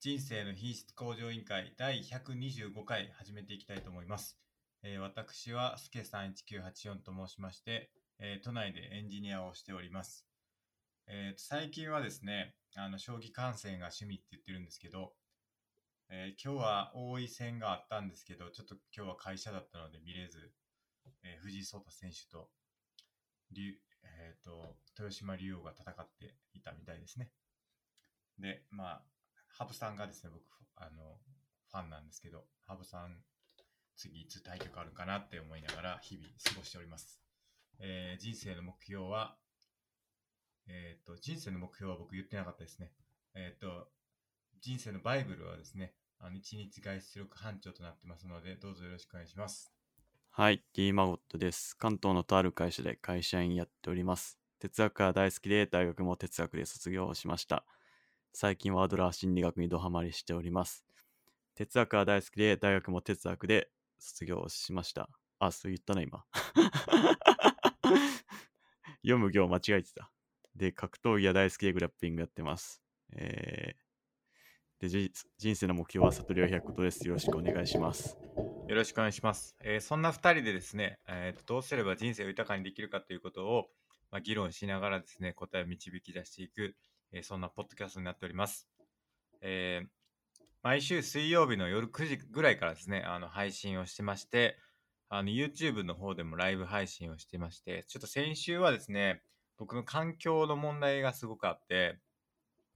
人生の品質向上委員会第125回始めていきたいと思います。えー私はすけさん1984と申しまして、えー都内でエンジニアをしております。えー最近はですね、あの、将棋観戦が趣味って言ってるんですけど、えー今日は王位戦があったんですけど、ちょっと今日は会社だったので見れず、えー藤井聡太選手と、竜えっ、と、豊島竜王が戦っていたみたいですね。で、まあ、ハブさんがですね、僕、あの、ファンなんですけど、ハブさん、次いつ対局あるかなって思いながら日々過ごしております。えー人生の目標は、えっ、と、人生の目標は僕言ってなかったですね。えっ、と、人生のバイブルはですね、あの、一日外出力班長となってますので、どうぞよろしくお願いします。はい、D マゴットです。関東のとある会社で会社員やっております。哲学が大好きで、大学も哲学で卒業をしました。最近はアドラー心理学にドハマりしております。哲学が大好きで、大学も哲学で卒業をしました。あ、そう言ったな、今。 読む行間違えてた。で、格闘技が大好きでグラップリングやってます。えー、で、じ人生の目標は悟りを100ことです。よろしくお願いします。よろしくお願いします。えーそんな2人でですね、えーとどうすれば人生を豊かにできるかということを、まあ、議論しながらですね、答えを導き出していく、えーそんなポッドキャストになっております。えー毎週水曜日の夜9時ぐらいからですね、あの配信をしてまして、あの YouTube の方でもライブ配信をしてまして、ちょっと先週はですね、僕の環境の問題がすごくあって、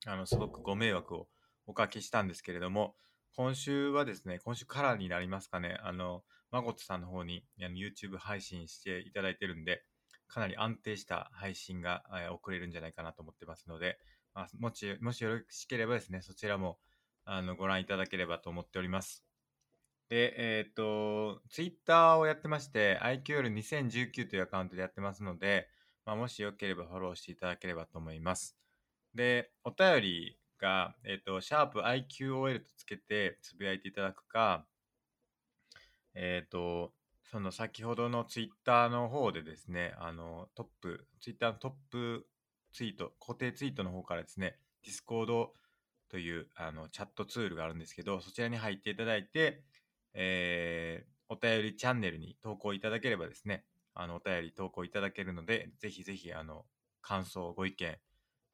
あのすごくご迷惑をおかけしたんですけれども、今週はですね、今週からになりますかね、あの、まことさんの方にあの YouTube 配信していただいてるんで、かなり安定した配信が、えー遅れるんじゃないかなと思ってますので、まあ、もし、もしよろしければですね、そちらもあのご覧いただければと思っております。で、えっ、と、Twitter をやってまして、IQL2019 というアカウントでやってますので、まあ、もしよければフォローしていただければと思います。で、お便りが、えっ、と、シャープ i q o l とつけてつぶやいていただくか、えっ、と、その先ほどのツイッターの方でですね、あの、トップ、ツイッターのトップツイート、固定ツイートの方からですね、ディスコードというあのチャットツールがあるんですけど、そちらに入っていただいて、えーお便りチャンネルに投稿いただければですね、あの、お便り投稿いただけるので、ぜひぜひ、あの、感想、ご意見、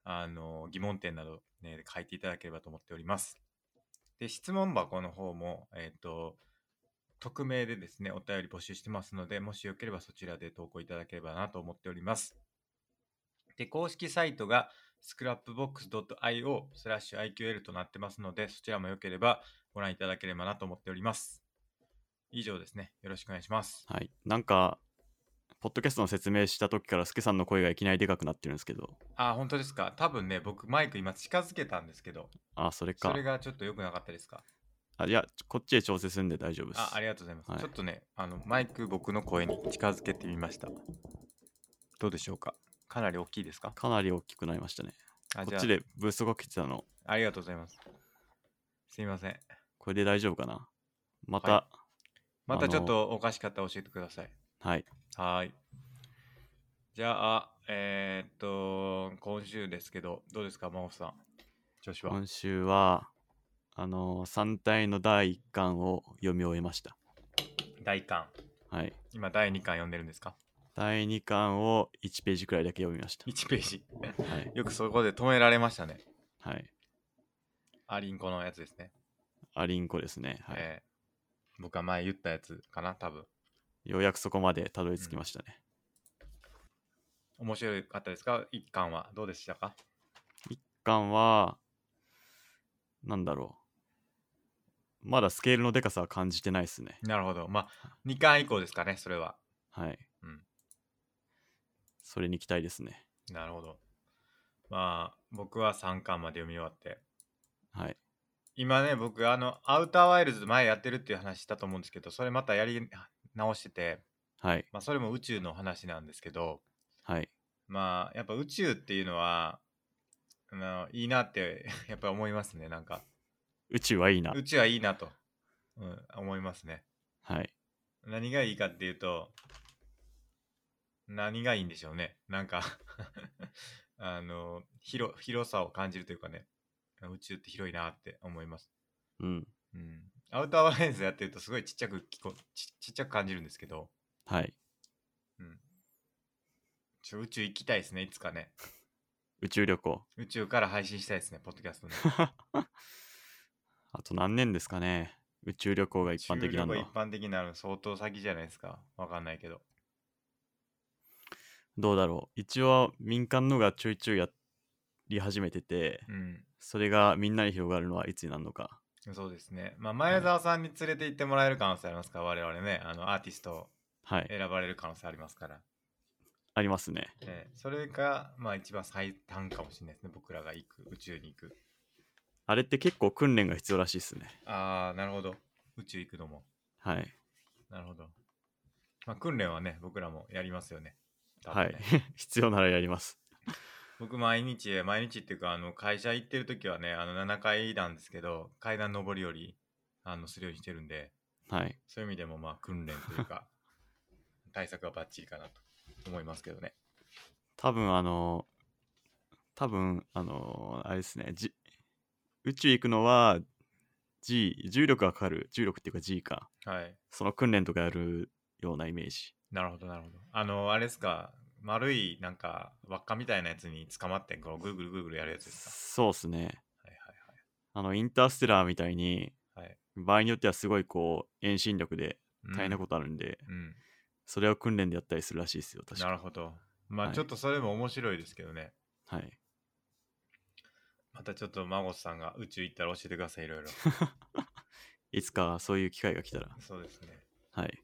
あの、疑問点など、ね、書いていただければと思っております。で、質問箱の方も、えっ、と、匿名でですね、お便り募集してますので、もしよければそちらで投稿いただければなと思っております。で、公式サイトが scrapbox.io スラッシュ IQL となってますので、そちらもよければご覧いただければなと思っております。以上ですね。よろしくお願いします。はい。なんか、ポッドキャストの説明した時から、スケさんの声がいきなりでかくなってるんですけど、あ、本当ですか。多分ね、僕マイク今近づけたんですけど、あ、それか。それがちょっと良くなかったですか。あいや、こっちで調整するんで大丈夫です。あ、ありがとうございます。はいちょっとね、あのマイク僕の声に近づけてみました。どうでしょうか。かなり大きいですか。かなり大きくなりましたね。あ、こじゃっあちでブーストが来てたの、ありがとうございます。すいません。これで大丈夫かなまた、ははまたあのちょっとおかしかったら教えてください。い、はーい。じゃあ、えー、っと、今週ですけど、どうですか、真帆さん。調子は。今週は、あのー、3体の第1巻を読み終えました。第1巻。はい。今、第2巻読んでるんですか第2巻を1ページくらいだけ読みました。 ?1 ページ。はい。よくそこで止められましたね。はい。アリンコのやつですね。アリンコですね。はい。えー僕が前言ったやつかな、多分。ようやくそこまでたどり着きましたね。面白かったですか ?1 巻は。どうでしたか感は、なんだろう。まだスケールのでかさは感じてないですね。なるほど。まあ、2巻以降ですかね、それは。はい。うんそれに期待ですね。なるほど。まあ、僕は3巻まで読み終わって。はい。今ね、僕、あの、アウターワイルズ前やってるっていう話したと思うんですけど、それまたやり直してて、はい。まあ、それも宇宙の話なんですけど、はい。まあ、やっぱ宇宙っていうのは、あのいいなってやっぱ思いますねなんか宇宙はいいな宇。宙はいいなと、うん、思いますねはい。何がいいかっていうと何がいいんで しょうねなんかあの広広さを感じるというかね宇宙って広いなって思います。うん。うん、アウターバレンスやってるとすごいちっちゃく聞こちちっちゃく感じるんですけど、はい。うん、ちょ宇宙行きたいですねいつかね宇宙旅行。 宇宙から配信したいですねポッドキャストねあと何年ですかね。宇宙旅行が一般的なんだ宇宙旅。行一般的なの相当先じゃないですかわかんないけどどうだろう。一応民間のがちょいちょいやり始めてて、うんそれがみんなに広がるのはいつになるのか。そうですねまあ前澤さんに連れて行ってもらえる可能性ありますから我々ねあのアーティストをはい。選ばれる可能性ありますから、ありますね。ええそれがまあ一番最短かもしれないですね僕らが行く宇宙に行くあれって結構訓練が必要らしいですね。ああなるほど宇宙行くのもはい。なるほど。まあ、訓練はね、僕らもやりますよね。多は分い ね。必要ならやります。 僕、毎日、毎日っていうか、あの会社行ってる時はね、あの7階なんですけど、階段上りよりあのするようにしてるんで、はい。そういう意味でも、まあ、訓練という か、対策はバッチリかなと思いますけどね。多分あの、多分あの、あれですね。じ宇宙行くのは G、重力がかかる。重力っていうか G か。はい。その訓練とかやるようなイメージ。なるほど、なるほど。あの、あれですか、丸い、なんか、輪っかみたいなやつに捕まって、こう、ぐるぐるぐるぐるやるやつですか。そうですね。はいはいはい。あの、インターステラーみたいに、はい場合によってはすごいこう、遠心力でうん大変なことあるんで、うん。それを訓練でやったりするらしいですよ、確なるか。ほど。まあ、はいちょっとそれも面白いですけどね。はい。またちょっと孫さんが宇宙行ったら教えてくださいい ろいろいつかそういう機会が来たら。そうですねはい。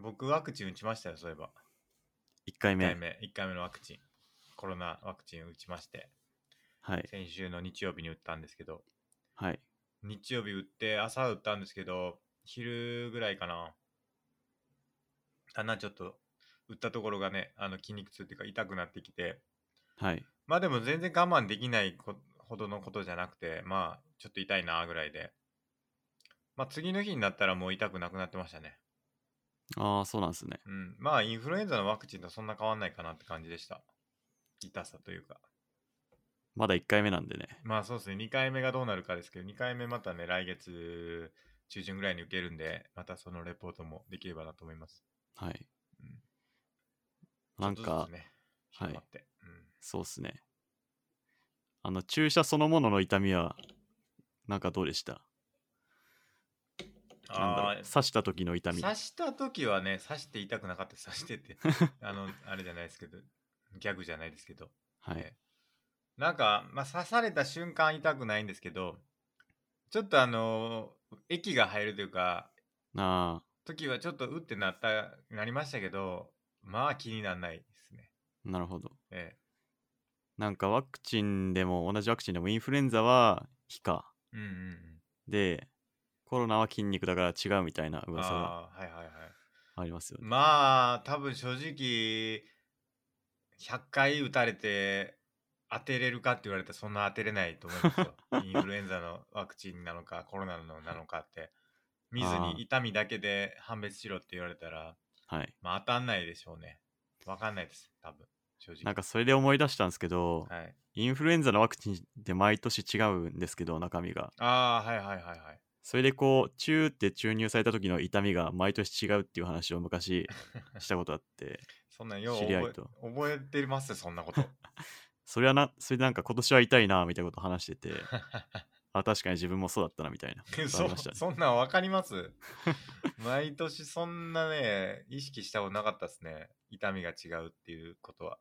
僕ワクチン打ちましたよそういえば1回1目。回目1回目のワクチンコロナワクチン打ちましてはい。先週の日曜日に打ったんですけどはい。日曜日打って朝打ったんですけど昼ぐらいかなだんだんちょっと打ったところがねあの筋肉痛っていうか痛くなってきてはい。まあでも全然我慢できないこほどのことじゃなくてまあちょっと痛いなぐらいでまあ次の日になったらもう痛くなくなってましたねああ、そうなんですね。うん、まあインフルエンザのワクチンとそんな変わんないかなって感じでした。痛さというか。まだ1回目なんでね。まあそうですね、2回目がどうなるかですけど、2回目またね、来月中旬ぐらいに受けるんで、またそのレポートもできればなと思います。はい。うんなんちょっかとずつ、ね、はい広まって、そうっすね。あの、注射そのものの痛みは、なんかどうでしたうん。なんだろあう刺した時の痛あ、み。刺した時はね、刺して痛くなかったです、刺して って。あの、あれじゃないですけど、ギャグじゃないですけど。はい。ねなんか、まあ、刺された瞬間痛くないんですけど、ちょっとあの液が入るというか、ああ、時はちょっとうってなったなりましたけどまあ気にならないですねなるほど。えなんかワクチンでも、同じワクチンでもインフルエンザは皮下えうんうんで、コロナは筋肉だから違うみたいなうん噂がああはいはいはいありますよね。まあ多分正直100回打たれて当てれるかって言われたらそんな当てれないと思います よインフルエンザのワクチンなのかコロナのなのかって見ずあーに痛みだけで判別しろって言われたらはい。まあ当たんないでしょうねわかんないです多分正直なんかそれで思い出したんですけど、はい、インフルエンザのワクチンって毎年違うんですけど、中身が。ああはいはいはいはいそれでこう、チューって注入された時の痛みが毎年違うっていう話 を昔したことあって、そんなんよう知り合い覚とえ覚えてますそんなことそれはな、それでなんか今年は痛いなみたいなこと話してて、あ、確かに自分もそうだったなみたいな。あそりましたねそんなんわかります 毎年そんなね意識したことなかったですね痛みが違うっていうことは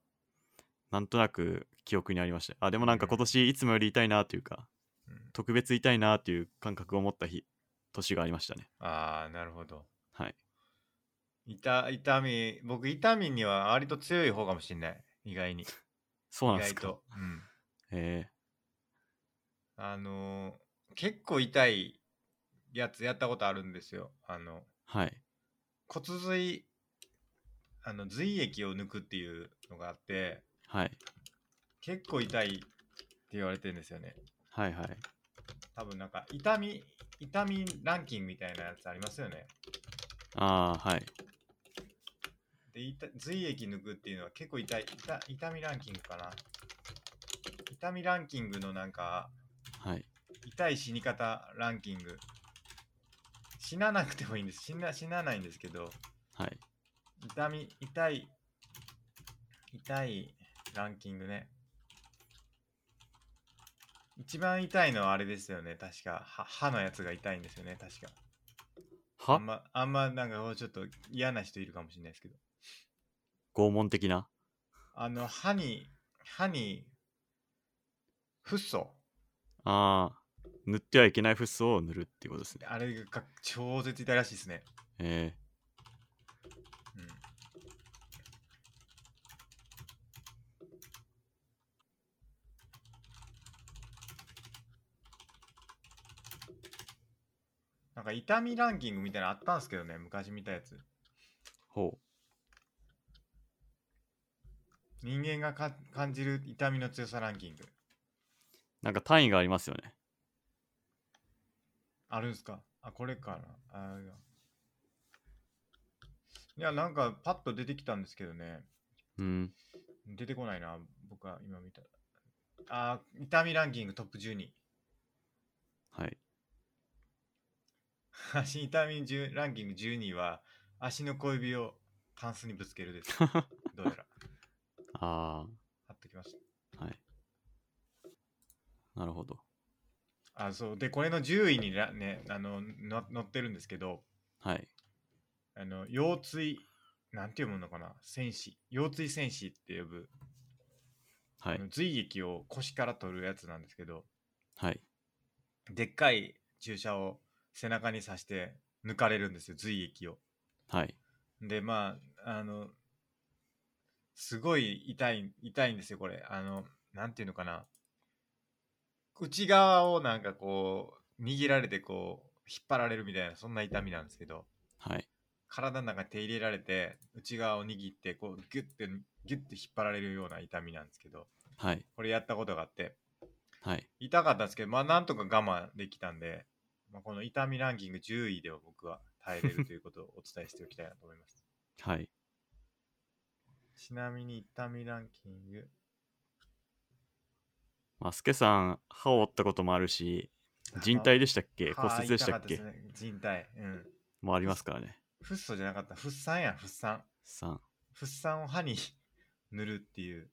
なんとなく記憶にありました。あ、でもなんかうん今年いつもより痛いなというか、うん特別痛いなという感覚を持った日、年がありましたね。ああなるほどはい。痛痛み僕痛みには割と強い方かもしれない意外に意そうなんで外すかと。、うん、えあのー結構痛いやつやったことあるんですよあのー、はい。骨髄あの髄液を抜くっていうのがあってはい。結構痛いって言われてるんですよねはいはい。多分なんか痛み痛みランキングみたいなやつありますよねああ、はい。で痛髄液抜くっていうのは結構痛い痛痛みランキングかな痛みランキングのなんか、はい。痛い死に方ランキング。死ななくてもいいんです。死な死なないんですけど、はい。痛み、痛い、痛いランキングね。一番痛いのはあれですよね、確か。は歯のやつが痛いんですよね、確か。あはんま、あんまなんかちょっと嫌な人いるかもしれないですけど。拷問的なあの、歯に、歯に、フッ素ああ。塗ってはいけないフッ素を塗るっていうことですね。あれが超絶痛いらしいですね。えうん。なんか痛みランキングみたいなのあったんですけどね、昔見たやつ。ー、ほ人間がか感じる痛みの強さランキング。う。なんか単位がありますよね。あるんすかあ、これかなあいやいや、なんかパッと出てきたんですけどね。うん。出てこないな、僕は今見た。あー、痛みランキングトップ12。はい。 足痛み10ランキング12位は足の小指をタンスにぶつけるです どうやらあ貼っときましあ。はい。なるほど。たあそうでこれの10位にらねあのの載ってるんですけどはい。あの腰椎なんて読むのかな戦士腰椎戦士って呼ぶ、はあいの。髄液を腰から取るやつなんですけどはい。でっかい注射を背中に刺して抜かれるんですよ髄液をはい。でまああのすごい痛い痛いんですよこれあのなんていうのかな内側をなんかこう握られてこう引っ張られるみたいなそんな痛みなんですけどはい。体の中に手入れられて内側を握ってこうギュッてギュッて引っ張られるような痛みなんですけどはい。これやったことがあってはい。痛かったんですけどまあなんとか我慢できたんで、まあ、この痛みランキング10位では僕は耐えれるということをお伝えしておきたいなと思いますはい。ちなみに痛みランキング。まあ、スケさん、歯を折ったこともあるし、人体でしたっ けはあ骨折でしたっけ痛かたですね人体。うん。もありますからね。フッ素じゃなかった。フッ酸やん、フッ酸。 3。フッ酸を歯に塗るっていう。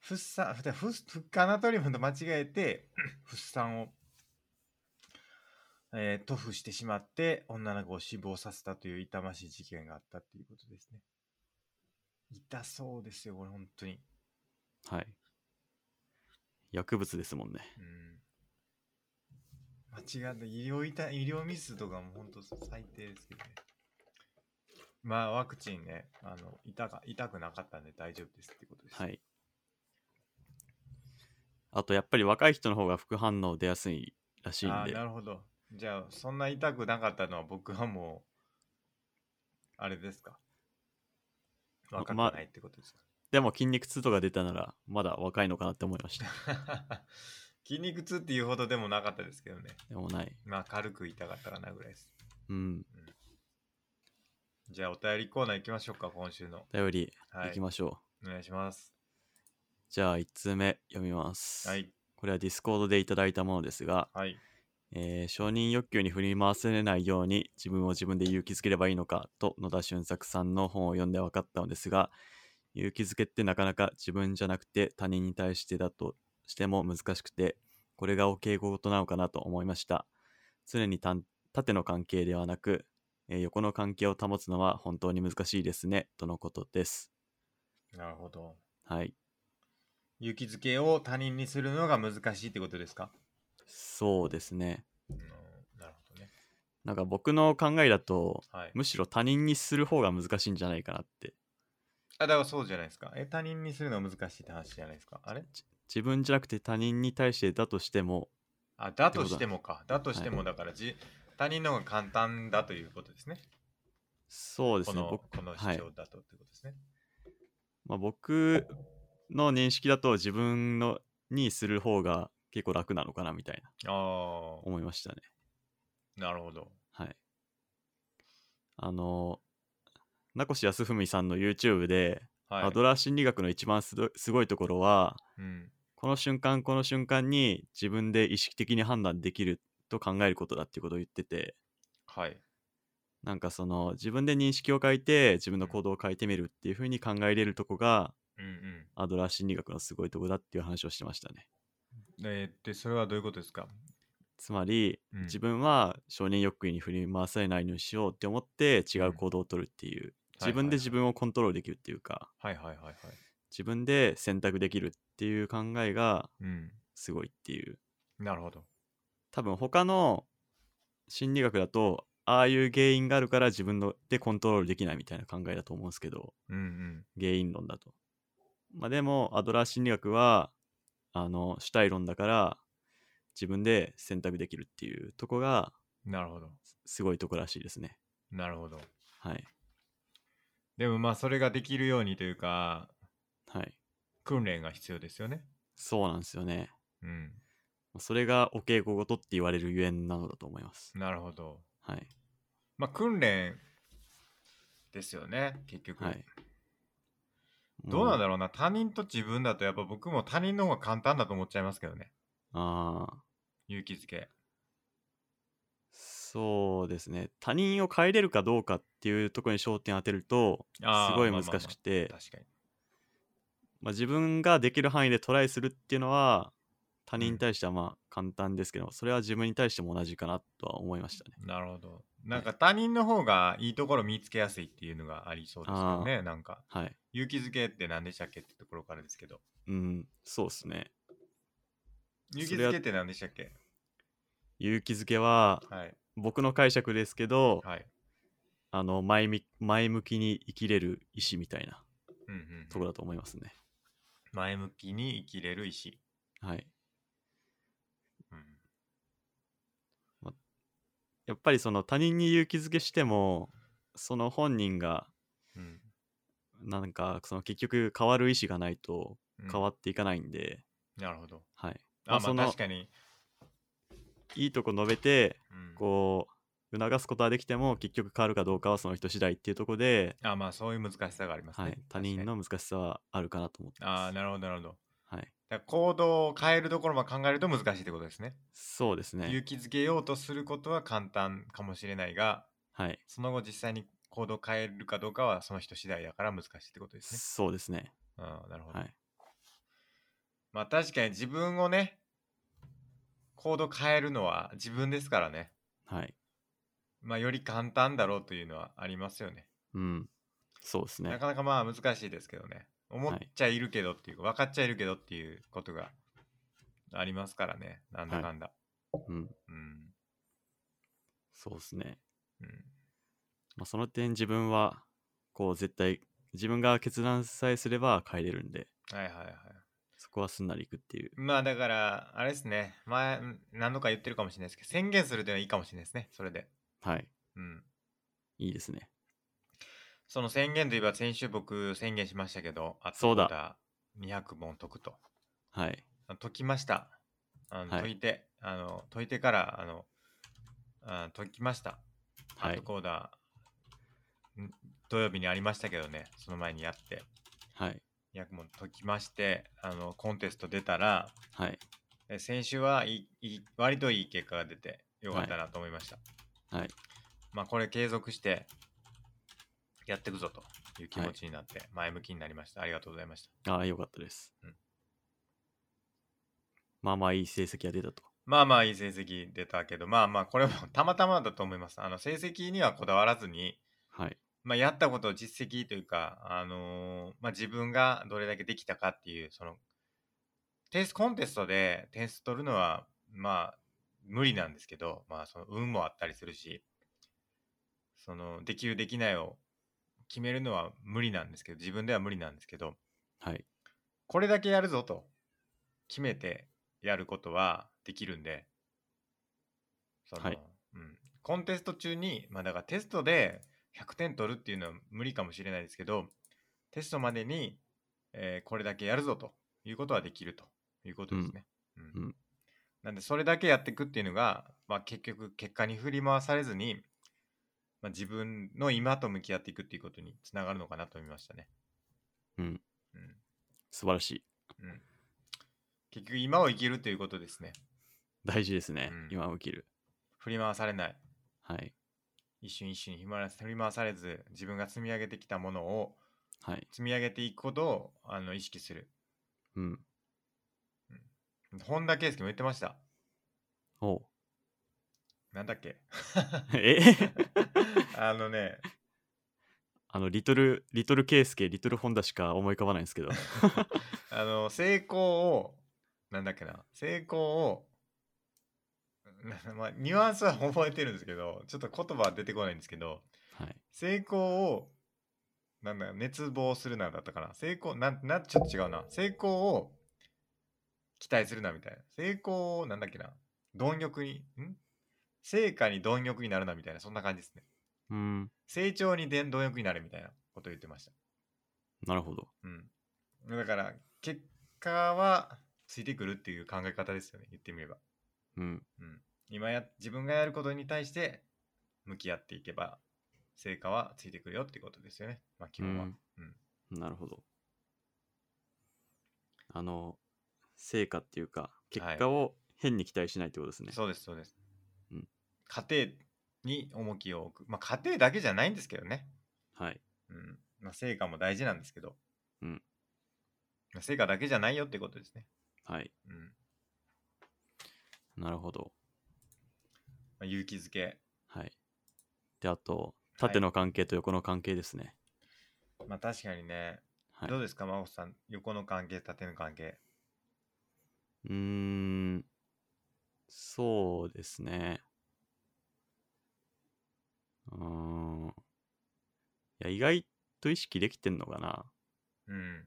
フッ酸、ふたフッフッ化ナトリウムと間違えて、フッ酸を、えー、塗布してしまって、女の子を死亡させたという痛ましい事件があったっていうことですね。痛そうですよ、これ、本当に。はい。薬物ですもんね。うん間違った医療いた医療ミスとかも本当最低ですけどね。まあワクチンね、あの痛か痛くなかったんで大丈夫ですってことです。はい。あと、やっぱり若い人の方が副反応出やすいらしいあんあ、でな、るほど。じゃあそんな痛くなかったのは僕はもう、あれですか。ま若くないってことですか。でも筋肉痛とか出たなら、まだ若いのかなって思 いました。筋肉痛っていうほどでもなかったですけどね。でもない。まあ軽く痛かったかなぐらいです。うん。じゃあお便りコーナー行きましょうか、今週の。頼り、はい行きましょう。お願いします。じゃあ、1通目読みます。はい。これはディスコードでいただいたものですが、はい。えー承認欲求に振り回されないように自分を自分で勇気づければいいのかと野田俊作さんの本を読んで分かったのですが勇気づけってなかなか自分じゃなくて他人に対してだとしても難しくてこれがお稽古事なのかなと思いました常に単縦の関係ではなく、えー横の関係を保つのは本当に難しいですねとのことですなるほど。はい勇気づけを他人にするのが難しいってことですか、そうですねうん、なるほどね。なんか僕の考えだとはい。むしろ他人にする方が難しいんじゃないかなってあ、だからそうじゃないですか。え、他人にするのは難しいって話じゃないですか。あれ自分じゃなくて他人に対してだとしてもあ、だとしてもか。だとしてはも、だからじ、他人の方が簡単だということですね。そうですこねの、僕,、このは主い張だとってことですね。まあ、僕の認識だと自分のにする方が結構楽なのかなみたいなあ思いましたねあ、なるほど。はいあの名越康文さんの YouTube ではアいドラー心理学の一番すどすごいところはうんこの瞬間この瞬間に自分で意識的に判断できると考えることだっていうことを言っててはいなんかその自分で認識を変えて自分の行動を変えてみるっていうふうに考えれるとこがうんうんアドラー心理学のすごいとこだっていう話をしてましたね。えーでそれはどういうことですか、つまりうん自分は承認欲求に振り回されないようにしようって思って違うんう行動をとるっていうはいはい自分で自分をコントロールできるっていうかはいはいはいはい自分で選択できるっていう考えがうんすごいっていうなるほど多分他の心理学だとああいう原因があるから自分のでコントロールできないみたいな考えだと思うんですけどうんうん原因論だと、まあ、でもアドラー心理学はあの主体論だから自分で選択できるっていうとこがなるほどすごいとこらしいですねなるほどはいでもまあそれができるようにというかはい訓練が必要ですよねそうなんですよねうんそれがお稽古事って言われるゆえんなのだと思いますなるほどはいまあ訓練ですよね結局、はいどうなんろだろうな他人と自分だとやっぱ僕も他人の方が簡単だと思っちゃいますけどねうんああ勇気づけそうですね他人を変えれるかどうかっていうところに焦点当てるとすあーごいまあ難まあまあしくて確かにまあ自分ができる範囲でトライするっていうのは他人に対してはまあ簡単ですけど、それは自分に対しても同じかなとは思いましたねなるほどなんか他人の方がいいところ見つけやすいっていうのがありそうですよねなんかはい勇気づけって何でしたっけってところからですけどうんそうですね勇気づけって何でしたっけ勇気づけははい僕の解釈ですけど、はいあの前み前向きに生きれる意志みたいなうんうんところだと思いますね。前向きに生きれる意志、はい、うん、やっぱりその他人に勇気づけしてもその本人がうんなんかその結局変わる意思がないとうん変わっていかないんで、なるほどはい、まああそまのあ確かに、いいとこ述べてうん、こう促すことはできても結局変わるかどうかはその人次第っていうところで、あまあそういう難しさがありますね、はい、他人の難しさはあるかなと思ってああまーす。なるほどなるほどはい、だから行動を変えるところも考えると難しいってことですねそうですね勇、気づけようとすることは簡単かもしれないがはい、その後実際に行動を変えるかどうかはその人次第だから難しいってことですねそうですね、ああなるほど、はい、まあ確かに自分をね行動変えるのは自分ですからねはい、まあより簡単だろうというのはありますよねうん、そうですねな。かなかまあ難しいですけどね思っちゃいるけどっていうか、分かっちゃいるけどっていうことがありますからねなんだかんだ、うん、うんそうですね。うんまあ、その点自分はこう絶対自分が決断さえすれば変えれるんではいはいはいそこはすんなりいくっていうまあだからあれですね前ん何度か言ってるかもしれないですけど宣言するというのはいいかもしれないですねそれではいうんいいですねその宣言といえば先週僕宣言しましたけどあそうだ200本解くとはいあ解きましたあの、はい解いてあの解いてからあのあ解きましたハはットいコーダー、ん土曜日にありましたけどねその前にやってはい200問解きましてあのコンテスト出たらはいえ先週はいいいい割といい結果が出てよかったなと思いました、はいまあこれ継続してやっていくぞという気持ちになって前向きになりました、ありがとうございましたああよかったです、うんまあまあいい成績が出たとまあまあいい成績出たけどまあまあこれもたまたまだと思いますあの成績にはこだわらずにはいまあ、やったことを実績というか、あのーまあ、自分がどれだけできたかっていうそのテスコンテストで点数取るのはまあ無理なんですけど、まあ、その運もあったりするしそのできるできないを決めるのは無理なんですけど自分では無理なんですけどはいこれだけやるぞと決めてやることはできるんでその、はいうん、コンテスト中にまあだからテストで100点取るっていうのは無理かもしれないですけどテストまでに、えーこれだけやるぞということはできるということですね。うんうんなんでそれだけやっていくっていうのが、まあ、結局結果に振り回されずに、まあ、自分の今と向き合っていくっていうことにつながるのかなと思いましたね。うん。うん素晴らしい。うん、結局今を生きるということですね大事ですね。うん今を生きる。振り回されないはい。一瞬一瞬に振り回されず自分が積み上げてきたものをはい。積み上げていくことをあの意識するうん。本田圭佑も言ってましたお うなんだっけ え あのねあの、リトル、リトルケイスケ、リトルホンダしか思い浮かばないんです けど。あの成功をなんだっけな成功をなまあ、ニュアンスは覚えてるんですけどちょっと言葉は出てこないんですけどはい。成功をなんだ熱望するなだったかな成功なんなちょっと違うな成功を期待するなみたいな成功をなんだっけな貪欲にん成果に貪欲になるなみたいなそんな感じですねうん。成長にでん貪欲になるみたいなことを言ってましたなるほど。うんだから結果はついてくるっていう考え方ですよね言ってみればうん。今や自分がやることに対して向き合っていけば成果はついてくるよってことですよねまあ基本は、うんなるほど。あの、成果っていうか、結果を変に期待しないってことですね。そうですそうです、うん家庭に重きを置くまあ家庭だけじゃないんですけどね、はい。うんまあ、成果も大事なんですけど、うんまあ成果だけじゃないよってことですね、はい。うんまなるほど。あ、勇気づけ、はい。で、あと、はい縦の関係と横の関係ですね。まあ、確かにね、はい。どうですか真帆さん横の関係縦の関係うーん、そうですね。うーん。いや、意外と意識できてんのかな。うん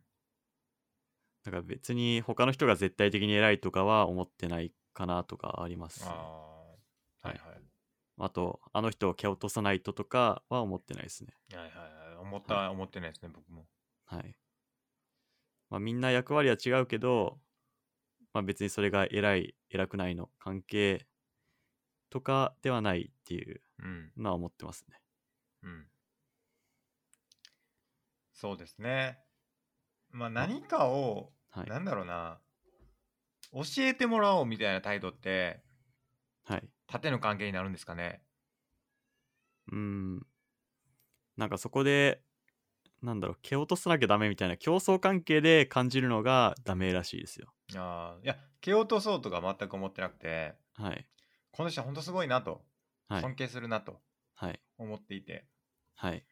なんか別に他の人が絶対的に偉いとかは思ってないかなとかありますね、あああはいはいと、あの人を蹴落とさないととかは思ってないですね。はいはいはい思った、思ってないですね僕もはい。まあみんな役割は違うけど、まあ別にそれが偉い、偉くないの関係とかではないっていううんのは思ってますね。うんそうですねまあ何かをはい。なんだろうな教えてもらおうみたいな態度ってはい。縦の関係になるんですかねうーん。なんかそこで、なんだろう、蹴落とさなきゃダメみたいな競争関係で感じるのがダメらしいですよ。あーいや蹴落とそうとか全く思ってなくてはい。この人ほんとすごいなとはい尊敬するなとはい。思っていてはい。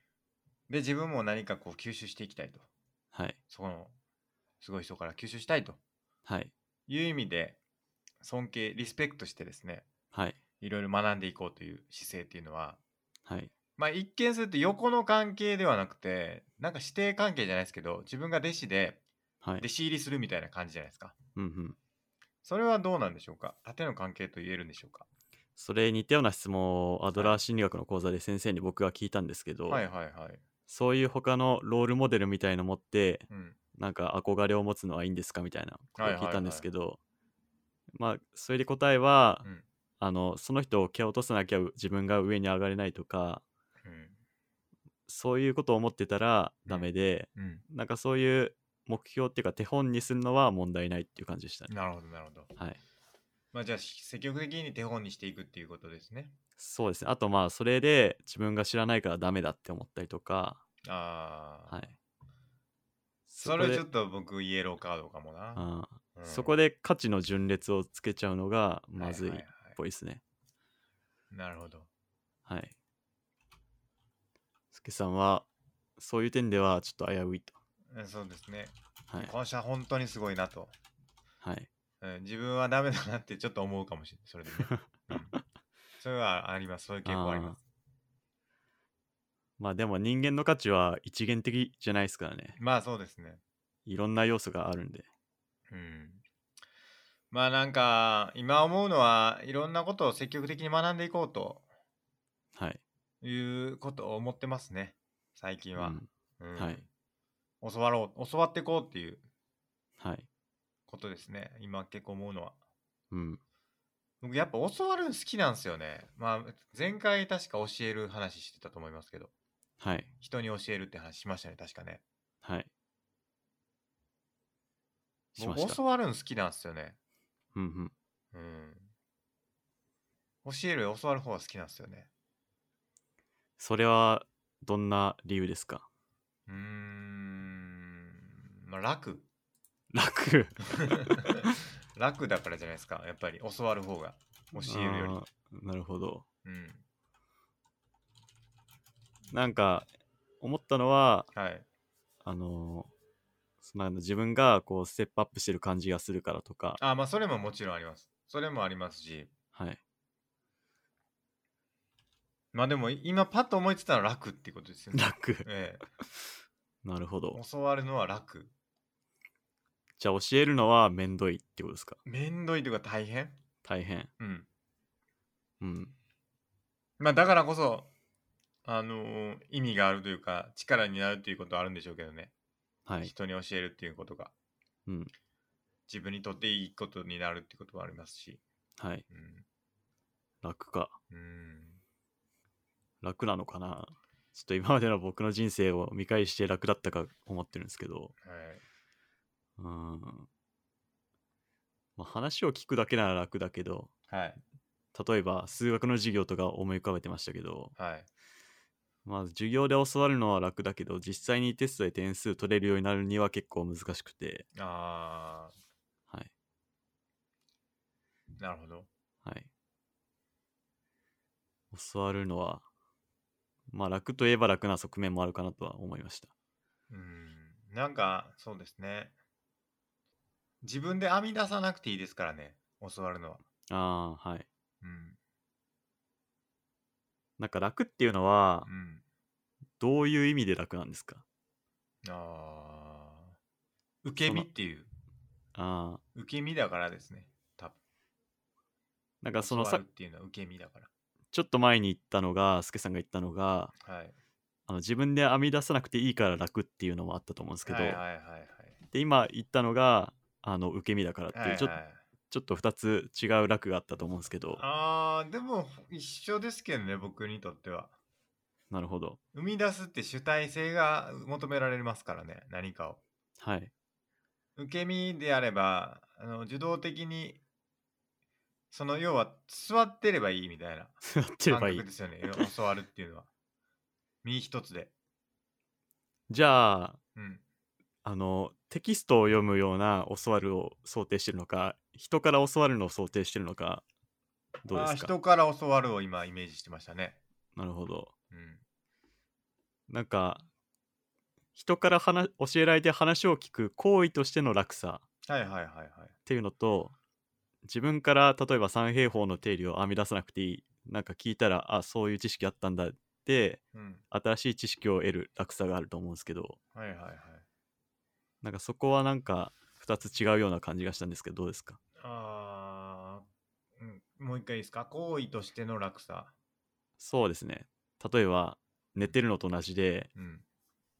で自分も何かこう吸収していきたいとはい。そこのすごい人から吸収したいとはい。いう意味で尊敬リスペクトしてですねはい。いろいろ学んでいこうという姿勢っていうのははい。まあ一見すると横の関係ではなくてなんか師弟関係じゃないですけど自分が弟子ではい弟。子入りするみたいな感じじゃないですかうんうん。それはどうなんでしょうか縦の関係と言えるんでしょうかそれに似たような質問をアドラー心理学の講座で先生に僕が聞いたんですけど、はいはいはいそういう他のロールモデルみたいの持って、うんなんか憧れを持つのはいいんですかみたいなことをはいはいはい聞いたんですけど、まあそれで答えは、うんあのその人を蹴落とさなきゃ自分が上に上がれないとかそういうことを思ってたらダメで、うんなんかそういう目標っていうか手本にするのは問題ないっていう感じでしたうんね。なるほどなるほどはい、まあじゃあ積極的に手本にしていくっていうことですねそうですねあとまあそれで自分が知らないからダメだって思ったりとか、ああ、はい、それこでちょっと僕イエローカードかもな、あうーんそこで価値の順列をつけちゃうのがまずいっはははぽいですね。いなるほどはい。すけさんは、そういう点ではちょっと危ういと。うんそうですね、はい。この人は本当にすごいなと、はい。うん、自分はダメだなってちょっと思うかもしれないそれ でね、うんそれはありますそういう傾向ありますまあでも人間の価値は一元的じゃないですからね。まあそうですねいろんな要素があるんで。うんまあなんか今思うのはいろんなことを積極的に学んでいこうとはい。いうことを思ってますね最近は、うんうんはい教わろう教わっていこうっていうはい。ことですね今結構思うのはうん。僕やっぱ教わるの好きなんですよねまあ前回確か教える話してたと思いますけどはい。人に教えるって話しましたね確かねはい。しまし僕た。教わるの好きなんですよね。うんううん。ん。教えるより教わる方が好きなんですよね。それはどんな理由ですかうーん。まあ、 楽。楽。楽だからじゃないですか。やっぱり教わる方が。教えるより。 あーなるほど。うん。なんか思ったのは、はい。あのーその自分がこうステップアップしてる感じがするからとか、あ、まあ、それももちろんあります。それもありますし。はい。 まあ、でも、今、パッと思いついたのは楽っていうことですよね。楽。えなるほえど。教わるのは楽。じゃあ教えるのはめんどいってことですかめんどいというか大変。大変。うん。うん。まあ、だからこそ、あのー意味があるというか、力になるということはあるんでしょうけどね。はい。人に教えるっていうことが。うん。自分にとっていいことになるってことはありますし。はい。うん。楽か。うん。楽なのかなちょっと今までの僕の人生を見返して楽だったか思ってるんですけど、はい。うーん。まあ、話を聞くだけなら楽だけど、はい。例えば数学の授業とか思い浮かべてましたけど、はい。まあ授業で教わるのは楽だけど、実際にテストで点数取れるようになるには結構難しくて、あはい。ー、なるほど。はい。教わるのは、まあ楽といえば楽な側面もあるかなとは思いました。うん。なんか、そうですね。自分で編み出さなくていいですからね。教わるのは。ああ、はい。うん。なんか楽っていうのはう、ん。どういう意味で楽なんですかあー。受け身っていう。ああ、受け身だからですね。多分。なんかその教わさるっ、ていうのは受け身だかちょっと前に言ったのが、すけさんが言ったのが、ら。はい。あの自分で編み出さなくていいから楽っていうのもあったと思うんですけど、はいはいはいはい。で、今言ったのが、あの受け身だからっていう、はいちょはい、ちょっと2つ違う楽があったと思うんですけど、あーでも一緒ですけどね僕にとってはなるほど。生み出すって主体性が求められますからね何かをはい。 受け身であればあの受動的にその要は座ってればいいみたいなやってれ感ばいい覚で。すよね教わるっていうのは 身一つでじゃあ、うんあのテキストを読むような教わるを想定してるのか人から教わるのを想定してるのかどうあでーすか人から教わるを今イメージしてましたねなるほどうんなんか人から話教えられて話を聞く行為としての落差っはいはいはいはいていうのと自分から例えば三平方の定理を編み出さなくていいなんか聞いたらあそういう知識あったんだってうん新しい知識を得る落差があると思うんですけどはいはいはいなんかそこはなんか2つ違うような感じがしたんですけどどうですかあーうんもう一回いいですか行為としての落差そうですね例えば寝てるのと同じでうん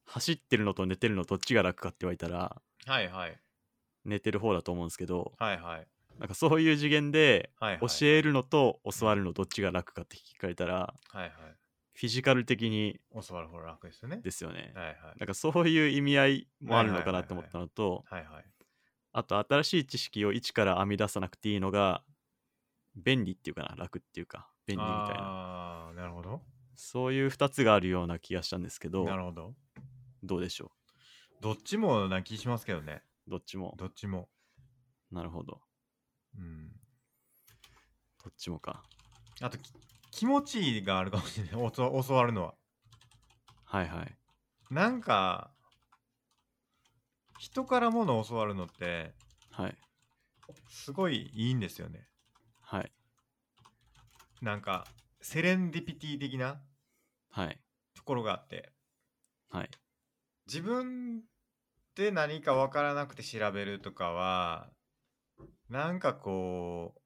走ってるのと寝てるのどっちが楽かって言われたらはいはい寝てる方だと思うんですけどはいはいなんかそういう次元ではいはい教えるのと教わるのどっちが楽かって聞かれたらはいはいフィジカル的に教わる方が楽ですよねですよねはいはいなんかそういう意味合いもあるのかなって思ったのとはいはいあと新しい知識を一から編み出さなくていいのが便利っていうかな楽っていうか便利みたいなああーなるほどそういう2つがあるような気がしたんですけどなるほどどうでしょどっちもな気しますけどねうどっちもどっちもなるほどうんどっちもかあとき気持ちいいがあるかもしれない 教わ教わるのははいはいなんか人からものを教わるのってはいすごいいいんですよねはいなんかセレンディピティ的なはいところがあってはい自分で何か分からなくて調べるとかはなんかこう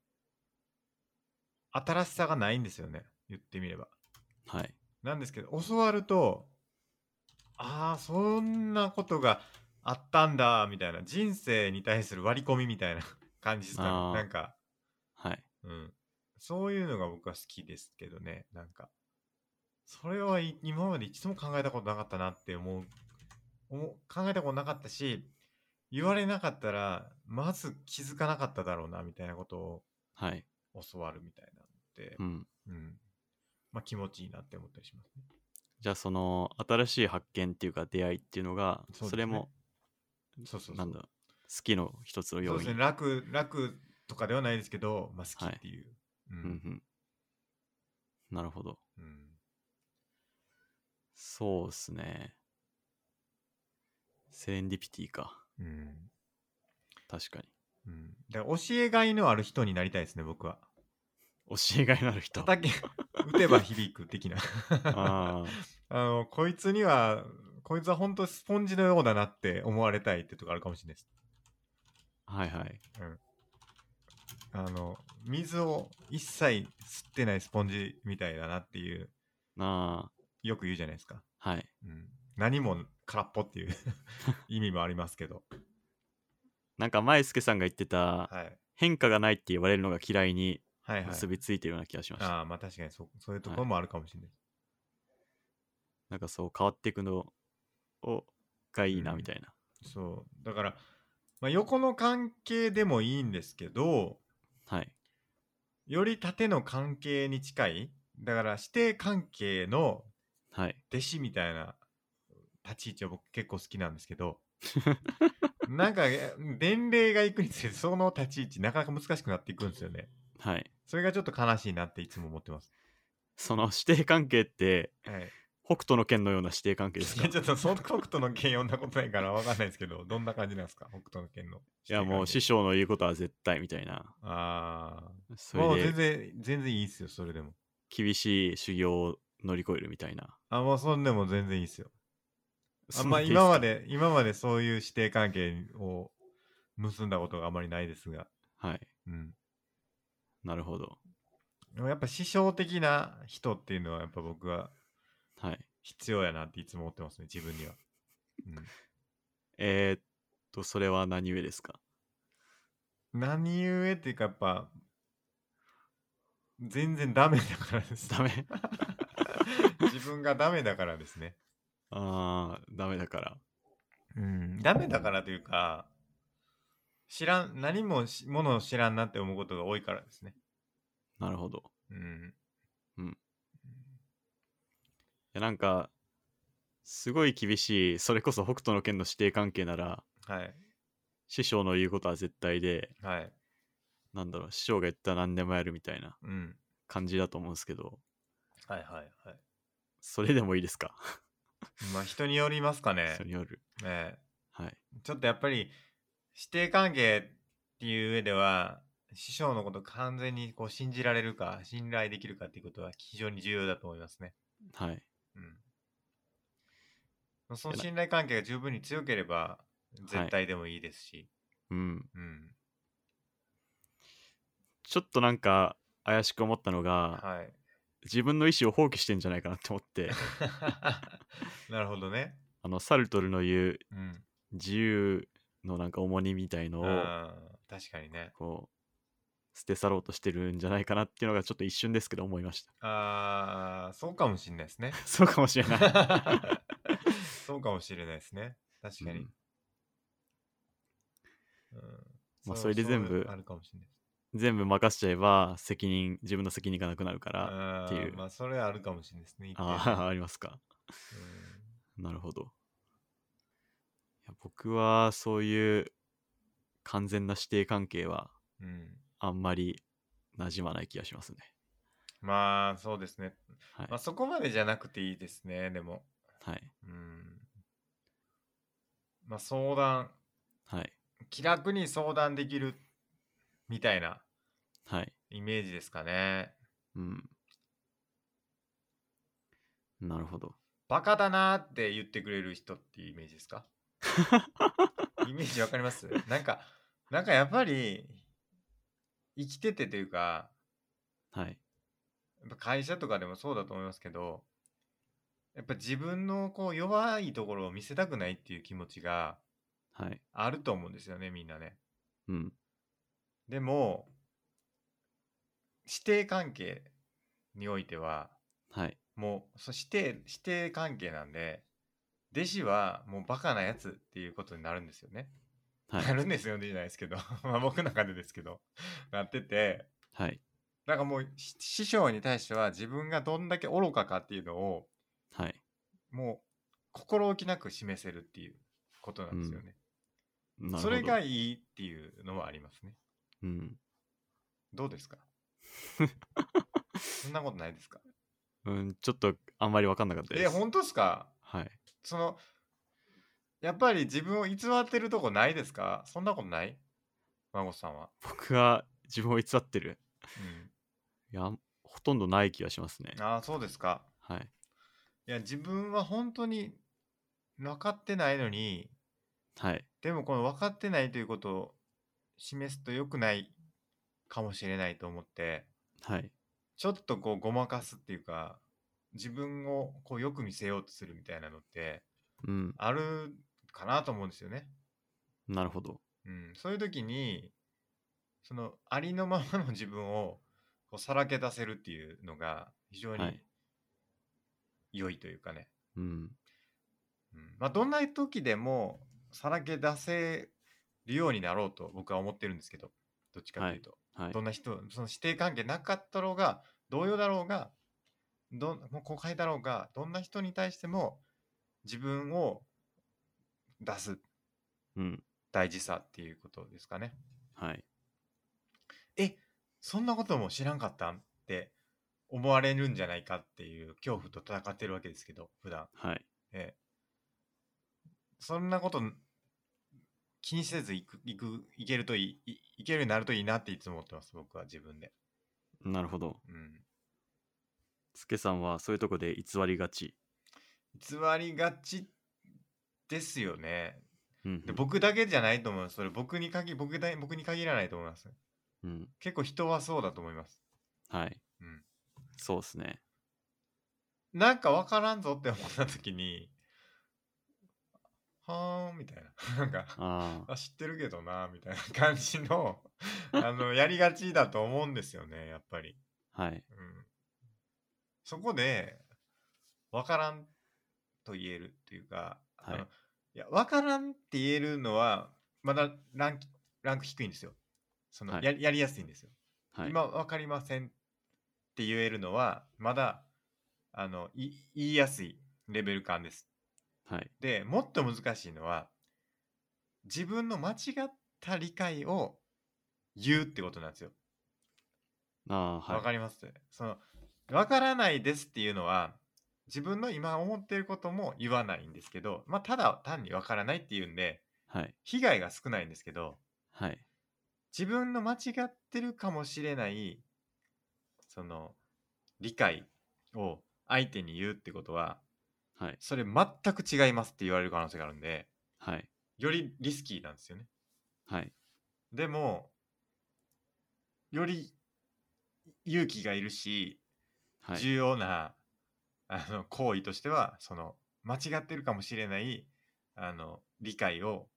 新しさがないんですよね言ってみればはい。なんですけど教わるとああそんなことがあったんだみたいな人生に対する割り込みみたいな感じですかねあーなんか、はい。うん、そういうのが僕は好きですけどねなんかそれはい今まで一度も考えたことなかったなって思う思う考えたことなかったし言われなかったら、まず気づかなかっただろうな、みたいなことはい。を教わるみたいなのでう、ん。うん。まあ気持ちいいなって思ったりしますね。じゃあその新しい発見っていうか出会いっていうのがそうですねそれもそうそうそう。なんだ好きの一つのそう要で因すね、楽、楽とかではないですけど、まあ好きっていう。ううんん。うんなるほどうん。そうですねセレンディピティかうん。確かにうん、だから教えがいのある人になりたいですね、僕は。教えがいのある人叩け、 打てば響く的な。あ あの、こいつには、こいつは本当スポンジのようだなって思われたいってとこあるかもしれないです。あはいはいあの、水を一切吸ってないスポンジみたいだなっていう、あよく言うじゃないですか。あはいうん。何も空っぽっていう 意味もありますけど。なんか前助さんが言ってたはい。変化がないって言われるのが嫌いにはいはい。結びついてるような気がしました、ああ、まあ確かにそう、そういうところもあるかもしれない。なんかそう変わっていくのをがいいなうんみたいな、そう。だから、まあ、横の関係でもいいんですけど、はいより縦の関係に近い、だから師弟関係のはい弟子みたいな立ち位置は僕結構好きなんですけ どなんかえ年齢がいくにつれてその立ち位置なかなか難しくなっていくんですよねはいそれがちょっと悲しいなっていつも思ってます、その師弟関係ってはい、北斗の拳のような師弟関係ですいかやいちょっとその北斗の剣読んだことないから分かんないですけどどんな感じなんですか北斗の剣のやもう師匠匠の言うことは絶対みたいなああそもうれ全で然全然いいっすよそれでも厳しい修行を乗り越えるみたいなあもうそんでも全然いいっすよあんまそんな今まで今までそういう師弟関係を結んだことがあまりないですがはいうんなるほどでもやっぱ師匠的な人っていうのはやっぱ僕ははい必要やなっていつも思ってますね自分には、えー、っとそれは何故ですかうん、何故っていうかやっぱ全然ダメだからですダメ 自分がダメだからですね、あーダメだからうん、ダメだからというか知らん何もしものを知らんなって思うことが多いからですねなるほどうんうんいやなんかすごい厳しいそれこそ北斗の拳の師弟関係ならはい師匠の言うことは絶対ではいなんだろう師匠が言ったら何でもやるみたいなうん感じだと思うんですけどはいはいはいそれでもいいですかまあ人によりますか ね人によるええはいちょっとやっぱり師弟関係っていう上では師匠のこと完全にこう信じられるか信頼できるかっていうことは非常に重要だと思いますね。はいうん、その信頼関係が十分に強ければ絶対でもいいですし、うんうんちょっとなんか怪しく思ったのが、はい、 自分の意思を放棄してんじゃないかなって思って なるほどね。あのサルトルの言ううん、自由のなんか重荷みたいのをあー確かにね。こう捨て去ろうとしてるんじゃないかなっていうのがちょっと一瞬ですけど思いました あーそうかもしれないですね。そうかもしれないそうかもしれないですね。確かに。うんうんまあそれで全部あるかもしれないです全部任せちゃえば責任自分の責任がなくなるからあっていうーまあそれはあるかもしれないですね。一定あ あありますかうなるほどいや僕はそういう完全な師弟関係はんうんあんまり馴染まない気がしますねまあそうですね。はいまあ、そこまでじゃなくていいですね、でも。はいうん、まあ相談、はい気楽に相談できるみたいなはいイメージですかね。うん。なるほど。バカだなーって言ってくれる人っていうイメージですかイメージわかりますなんか、なんかやっぱり、生きててというか、はい。やっぱ会社とかでもそうだと思いますけど、やっぱ自分のこう弱いところを見せたくないっていう気持ちがはい。あると思うんですよね、みんなね。うん。でも、師弟関係においては、はい。もう、そして、師弟関係なんで、弟子はもうバカなやつっていうことになるんですよね。はいなるんですよねじゃないですけど まあ僕の中でですけどなっててはいなんかもうし師匠に対しては自分がどんだけ愚かかっていうのをはいもう心置きなく示せるっていうことなんですよね、なるほどそれがいいっていうのはありますねうんどうです かそんなことないですかうん、ちょっとあんまり分かんなかったです。え本当ですかはい。そのやっぱり自分を偽ってるとこないですかそんなことない孫さんは、僕は自分を偽ってる。いや、ほとんどない気がしますねうん、。ああそうですかはい。いや自分は本当に分かってないのにはい。でもこの分かってないということを示すと良くないかもしれないと思ってはい。ちょっとこうごまかすっていうか自分をこうよく見せようとするみたいなのってうん。あるかなと思うんですよね。なるほど。うん、そういう時にそのありのままの自分をこうさらけ出せるっていうのが非常はにい良いというかね、うん。うんまあ、どんな時でもさらけ出せるようになろうと僕は思ってるんですけどどっちかというと、はいど。んな人その師弟関係なかったろうが同様だろうがどんもう後輩だろうがどんな人に対しても自分を出すうん。大事さっていうことですかね。はい。えそんなことも知らんかったんって思われるんじゃないかっていう恐怖と戦ってるわけですけど普段はい。ええそんなこと気にせず行く行く行けるといいい行けるようになるといいなっていつも思ってます僕は自分でなるほど。うんスケさんはそういうとこで偽りがち。偽りがちですよねうん。で僕だけじゃないと思いますそれ僕に限僕だ僕に限らないと思いますうん。結構人はそうだと思いますはい。うんそうですね。なんかわからんぞって思った時に、はーんみたいな。 なんか、ああ。あ、知ってるけどな、みたいな感じ の、あの、やりがちだと思うんですよね、やっぱり。はい。うん。そこで、わからんと言えるっていうか、はいあのいや、わからんって言えるのは、まだランキランク低いんですよ。その、はいややりやすいんですよ。はい。今わかりませんって言えるのはまだあのい言いやすいレベル感です。はい。でもっと難しいのは自分の間違った理解を言うってことなんですよ。ああー、わ、はい。かりますそのわからないですっていうのは自分の今思っていることも言わないんですけど、まあ、ただ単にわからないっていうんではい。被害が少ないんですけどはい。自分の間違ってるかもしれないその理解を相手に言うってことははい。それ全く違いますって言われる可能性があるんではい。よりリスキーなんですよねはい。でもより勇気がいるし、はい。重要なあの行為としてはその間違ってるかもしれないあの理解を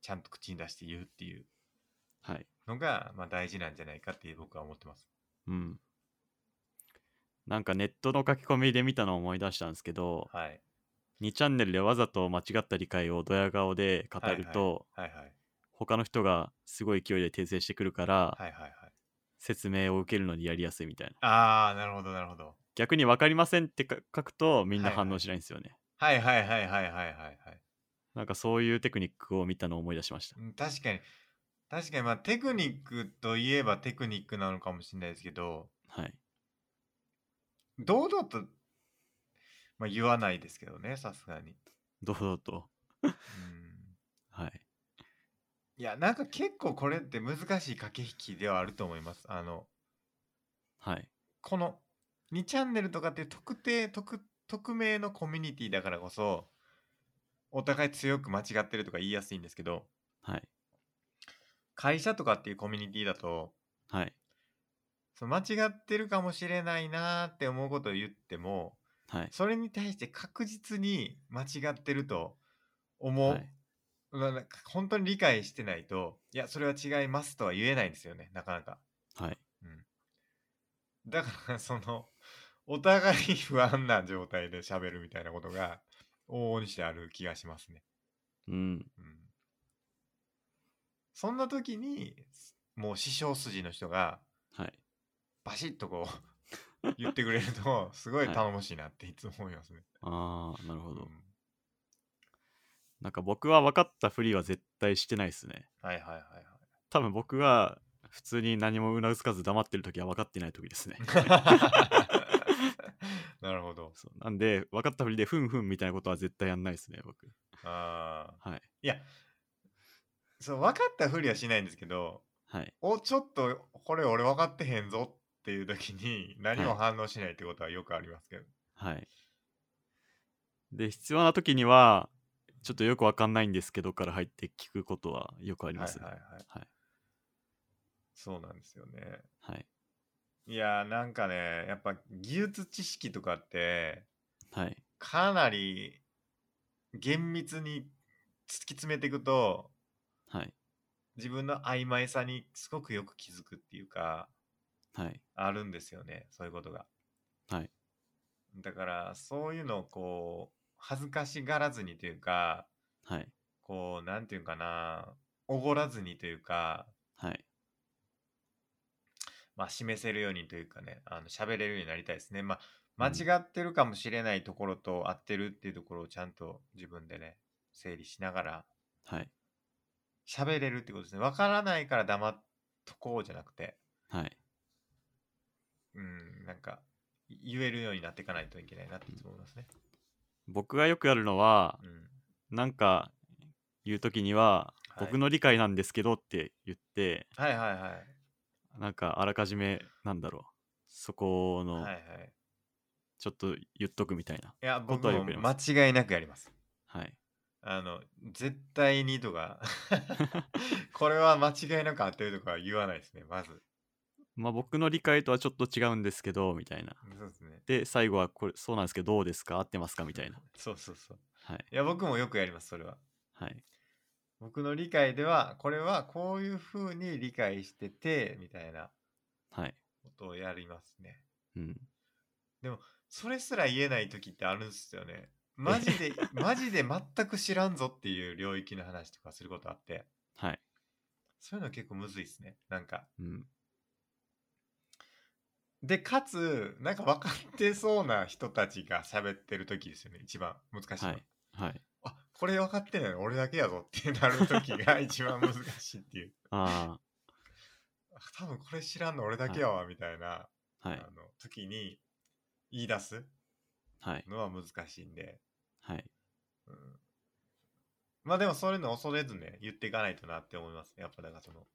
ちゃんと口に出して言うっていうはい。のが、まあ、大事なんじゃないかって僕は思ってます。うん。なんかネットの書き込みで見たのを思い出したんですけど、はい2チャンネルでわざと間違った理解をドヤ顔で語ると、はいはい他の人がすごい勢いで訂正してくるから、はいはいはい。説明を受けるのにやりやすいみたいなああ、なるほどなるほど。逆に分かりませんってか書くとみんなはいはい反応しないんですよね、はいはいはいはいはいはいはい。なんかそういうテクニックを見たのを思い出しましたうん確かに。確かにまあテクニックといえばテクニックなのかもしれないですけど、はい堂々と、まあ、言わないですけどね、さすがに。堂々とうんはいいや、なんか結構これって難しい駆け引きではあると思います。あの、はいこの2チャンネルとかっていう特定、特、匿名のコミュニティだからこそ、お互い強く間違ってるとか言いやすいんですけど、はい会社とかっていうコミュニティだと、はいその間違ってるかもしれないなーって思うことを言ってもはいそれに対して確実に間違ってると思う、はいなな本当に理解してないといやそれは違いますとは言えないんですよねなかなかはいだからそのお互い不安な状態で喋るみたいなことが往々にしてある気がしますね、うんうん、そんな時にもう師匠筋の人がはい。バシッとこう 言ってくれるとすごい頼もしいなっていつも思いますね。ああ、なるほうど。んなんか僕は分かったふりは絶対してないですね。はいはいはいはい。多分僕は普通に何もうなずかず黙ってる時は分かってない時ですね。 なるほど。そうなんで、分かったふりでふんふんみたいなことは絶対やんないですね、僕。ああ。はい。いや、そう、分かったふりはしないんですけど、はい。お、ちょっと、これ俺分かってへんぞっていう時に何も反応しないってことはよくありますけど。はい。で、必要な時には、ちょっとよく分かんないんですけどから入って聞くことはよくありはまいすね。はいははいい。そうなんですよね。はい。いやー、なんかね、やっぱ技術知識とかって、はい。かなり厳密に突き詰めていくと、はい。自分の曖昧さにすごくよく気づくっていうか、はい。あるんですよね、そういうことが。はい。だから、そういうのをこう、恥ずかしがらずにというか、はい。こう、なんていうかな、おごらずにというか、はい。まあ、示せるようにというかね、あの喋れるようになりたいですね。まあ、間違ってるかもしれないところと合ってるっていうところをちゃんと自分でね、整理しながら、はい。喋れるってことですね。わからないから黙っとこうじゃなくて、はい。うん、なんか、言えるようになっていかないといけないなっていつも思いますね。僕がよくやるのはう、ん。なんか言う時には、はい僕の理解なんですけどって言って、はいはいはい。なんかあらかじめなんだろうそこはいのはい。ちょっと言っとくみたいな、いや、僕ことはよもくやりま間違いなくやります。はいあの、絶対にと か、これは間違いなく合ってるとかは言わないですね、まず。まあ僕の理解とはちょっと違うんですけどみたいなそうですね。で最後はこれそうなんですけどどうですか合ってますかみたいなそうそうそう。はいいや、僕もよくやります、それは。はい僕の理解では、これはこういう風に理解してて、みたいなはいことをやりますね。うんそれすら言えない時ってあるんですよね。マジで、マジで全く知らんぞっていう領域の話とかすることあって、はいそういうの結構むずいですね。なんか。うんで、かつ、なんか分かってそうな人たちが喋ってる時ですよね。一番難しいの。はいはいあ、これ分かってないの俺だけやぞってなる時が一番難しいって いう。ああ多分これ知らんの俺だけやわ、みたいな、あはあいの、時に言い出すはいのは難しいんで。はいうんまあでもそういうの恐れずね、言っていかないとなって思います。やっぱだからその、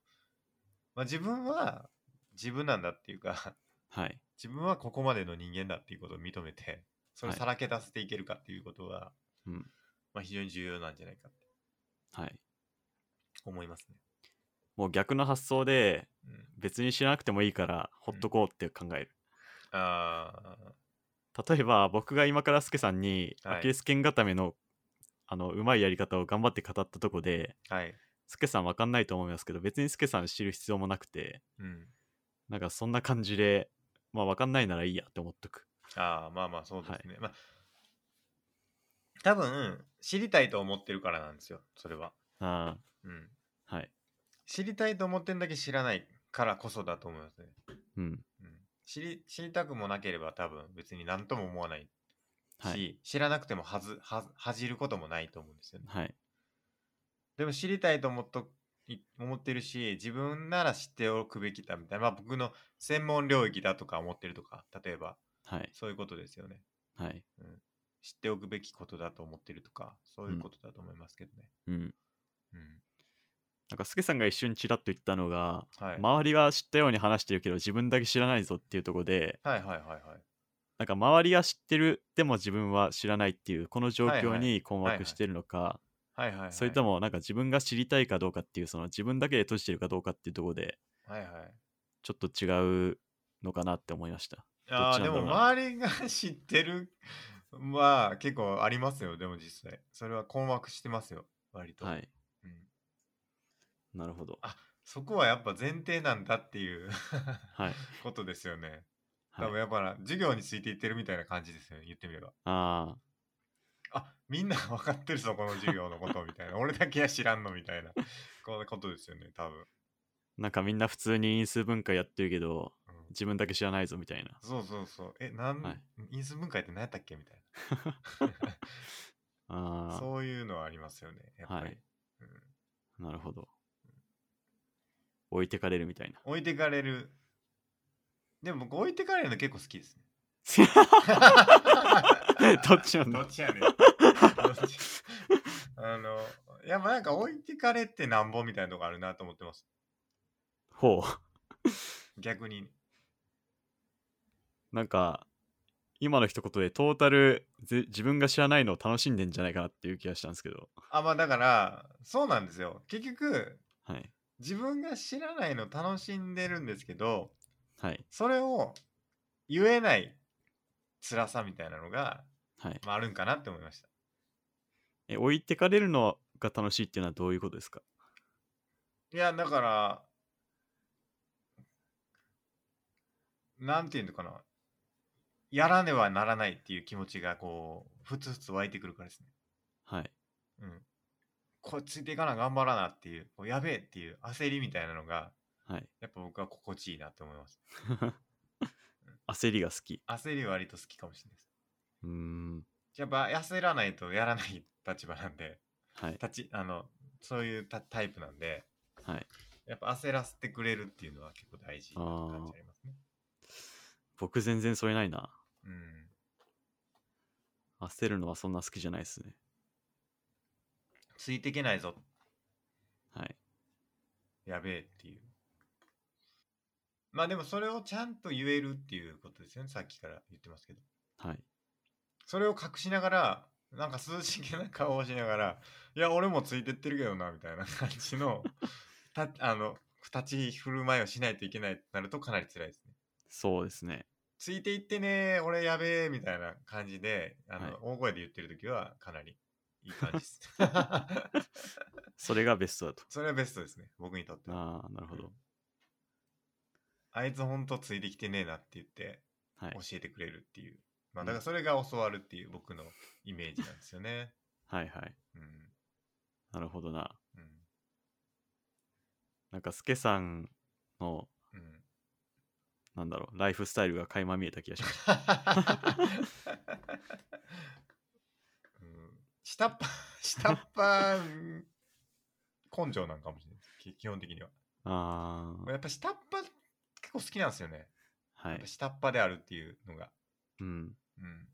まあ自分は自分なんだっていうか、 はい自分はここまでの人間だっていうことを認めて、それをはいさらけ出せていけるかっていうことは、うんまあ非常に重要なんじゃないかってはい思いますね。もう逆の発想でうん、別に知らなくてもいいからほっとこうって考える、ああ、例えば僕が今からスケさんにはいアキレス腱固めの、あのうまいやり方を頑張って語ったとこではい。スケさんわかんないと思いますけど別にスケさん知る必要もなくてうん。なんかそんな感じでまあわかんないならいいやって思っとくああ、まあまあそうですね。まあ、多分、知りたいと思ってるからなんですよ、それは。あうん。ーはい知りたいと思ってんだけ知らないからこそだと思いますね。うんうん知り知りたくもなければ多分別に何とも思わないし、はい知らなくてもはずは恥じることもないと思うんですよね。はいでも知りたいと思っとい思ってるし自分なら知っておくべきだみたいな、まあ、僕の専門領域だとか思ってるとか例えばはいそういうことですよね。はい知っておくべきことだと思ってるとかそういうことだと思いますけどね。うんうんなんかスケさんが一瞬チラッと言ったのが、はい周りは知ったように話してるけど自分だけ知らないぞっていうところではいはいはいはい。なんか周りは知ってるでも自分は知らないっていうこの状はいは況いに困はいは惑いしてるのか、はいはい、はい。それともなんか自分が知りたいかどうかっていうその自分だけで閉じてるかどうかっていうところではいはい。ちょっと違うのかなって思いました。ああ、どっでちなんだもろうな周りが知ってるは結構ありますよ、でも実際。それは困惑してますよ、割と。はい。うん、なるほど。そこはやっぱ前提なんだっていうはい。 ことですよね。多分はい、やっぱな授業についていってるみたいな感じですよね、言ってみれば。ああみんな分かってるぞこの授業のことみたいな俺だけは知らんのみ たいなこんなことですよね多分、なんかみんな普通に因数分解やってるけど、うん、自分だけ知らないぞみたいな。そうそうそうえなん、はい因数分解って何やったっけみたいなああ、そういうのはありますよねやっぱり、はいうん、なるほど。置いてかれるみたいな。置いてかれるでも僕置いてかれるの結構好きですね どっちなんどだっちやねん。どっちあの、いや、まあなんか置いてかれってなんぼみたいなとこあるなと思ってます。ほ逆に。う。なんか、今の一言でトータルぜ自分が知らないのを楽しんでんじゃないかなっていう気がしたんですけど。あ、まあだから、そうなんですよ。結局、はい。自分が知らないの楽しんでるんですけど、はい。それを言えない辛さみたいなのが、はい。まああるんかなって思いました。え、置いてかれるのが楽しいっていうのはどういうことですかいや、だから、なんていうのかな。やらねばならないっていう気持ちが、こう、ふつふつ湧いてくるからですね。はい。うん。こう、ついていかな、頑張らなっていう、こうやべえっていう焦りみたいなのが、はい。やっぱ僕は心地いいなと思います。焦りが好き。焦りは割と好きかもしれないです。うーん。やっぱ焦らないとやらない立場なんで、はい。立ち、あの、そういうタタイプなんで、はい。やっぱ焦らせてくれるっていうのは結構大事な感じありますね。僕全然それないな。うん。焦るのはそんな好きじゃないですね。ついていけないぞ、はい。やべえっていう。まあでもそれをちゃんと言えるっていうことですよね、さっきから言ってますけど。はい。それを隠しながら、なんか涼しげな顔をしながら、いや、俺もついてってるけどな、みたいな感じの、 たあの、立ち振る舞いをしないといけないとなるとかなり辛いですね。そうですね。ついていってねー、俺やべえ、みたいな感じで、あの、はい大声で言ってるときはかなりいい感じ です。それがベストだと。それはベストですね、僕にとっては。ああ、なるほど。あいつほんとついてきてねえなって言って、はい教。えてくれるっていう。まあうんだからそれが教わるっていう僕のイメージなんですよ ね。はいはい。うん。なるほどな。うん。なんか、スケさんの、 うん。なんだろう、ライフスタイルが垣間見えた気がしま しうん下っ端、下っ端根性なんかもしれないですき。基本的には。た。ああ、やっぱ下っ端結構好きなんですよね。はやっいぱ。下っ端であるっていうのが。うん。うん。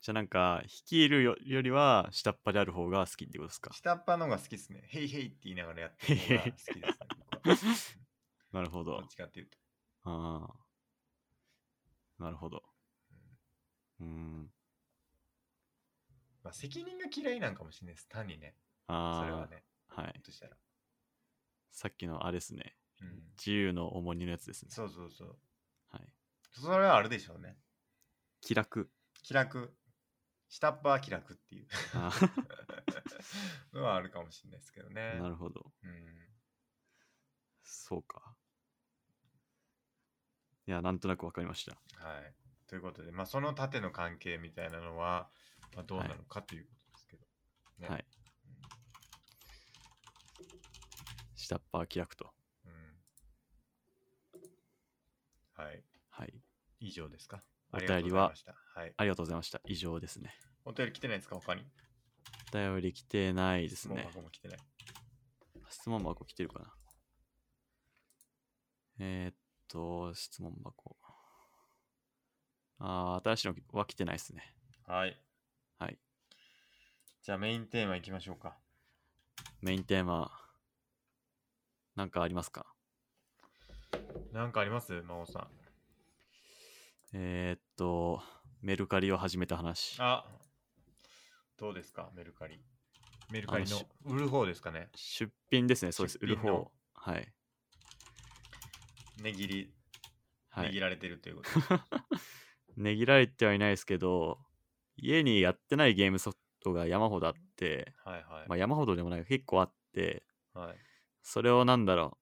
じゃあなんか、率いるよよりは、下っ端である方が好きってことですか。下っ端の方が好きですね。ヘイヘイって言いながらやってる方が好きですね。僕はなるほどど っ。ちかっていうと。ああ。なるほど。うーん。まあ責任が嫌いなんかもしれないです。単にね。ああ。それはね。はいひょっ。としたら。さっきのあれですね。うん。自由の重荷のやつですね。そうそうそう。はい。それはあるでしょうね。気楽。気楽。下っ端は気楽っていう あーのはあるかもしれないですけどね。なるほど。うん。そうか。いや、なんとなくわかりました。はい。ということで、まあ、その縦の関係みたいなのは、まあ、どうなのかということですけど。ねはい。下っ端は気楽と。うん。はい。はい。以上ですか。お便りあがとうはございました。はい。ありがとうございました。以上ですね。お便り来てないですか他に。お便り来てないですもうね。箱も来てない。質問箱来てるかな。えー、っと、質問箱。あー、新しいのは来てないですね。はい。はい。じゃあメインテーマいきましょうか。メインテーマ、なんかありますかなんかあります真央さん。えー、っと、メルカリを始めた話。あどうですかメルカリ。メルカリあののし売る方ですかね。出品ですね、そうです。出売る品の方。はい。値切り、は値切い。られてるというこ と。ねぎられてはいないですけど、家にやってないゲームソフトが山ほどあって、はいはい。まあ山ほどでもないが結構あって、はいそれをなんだろ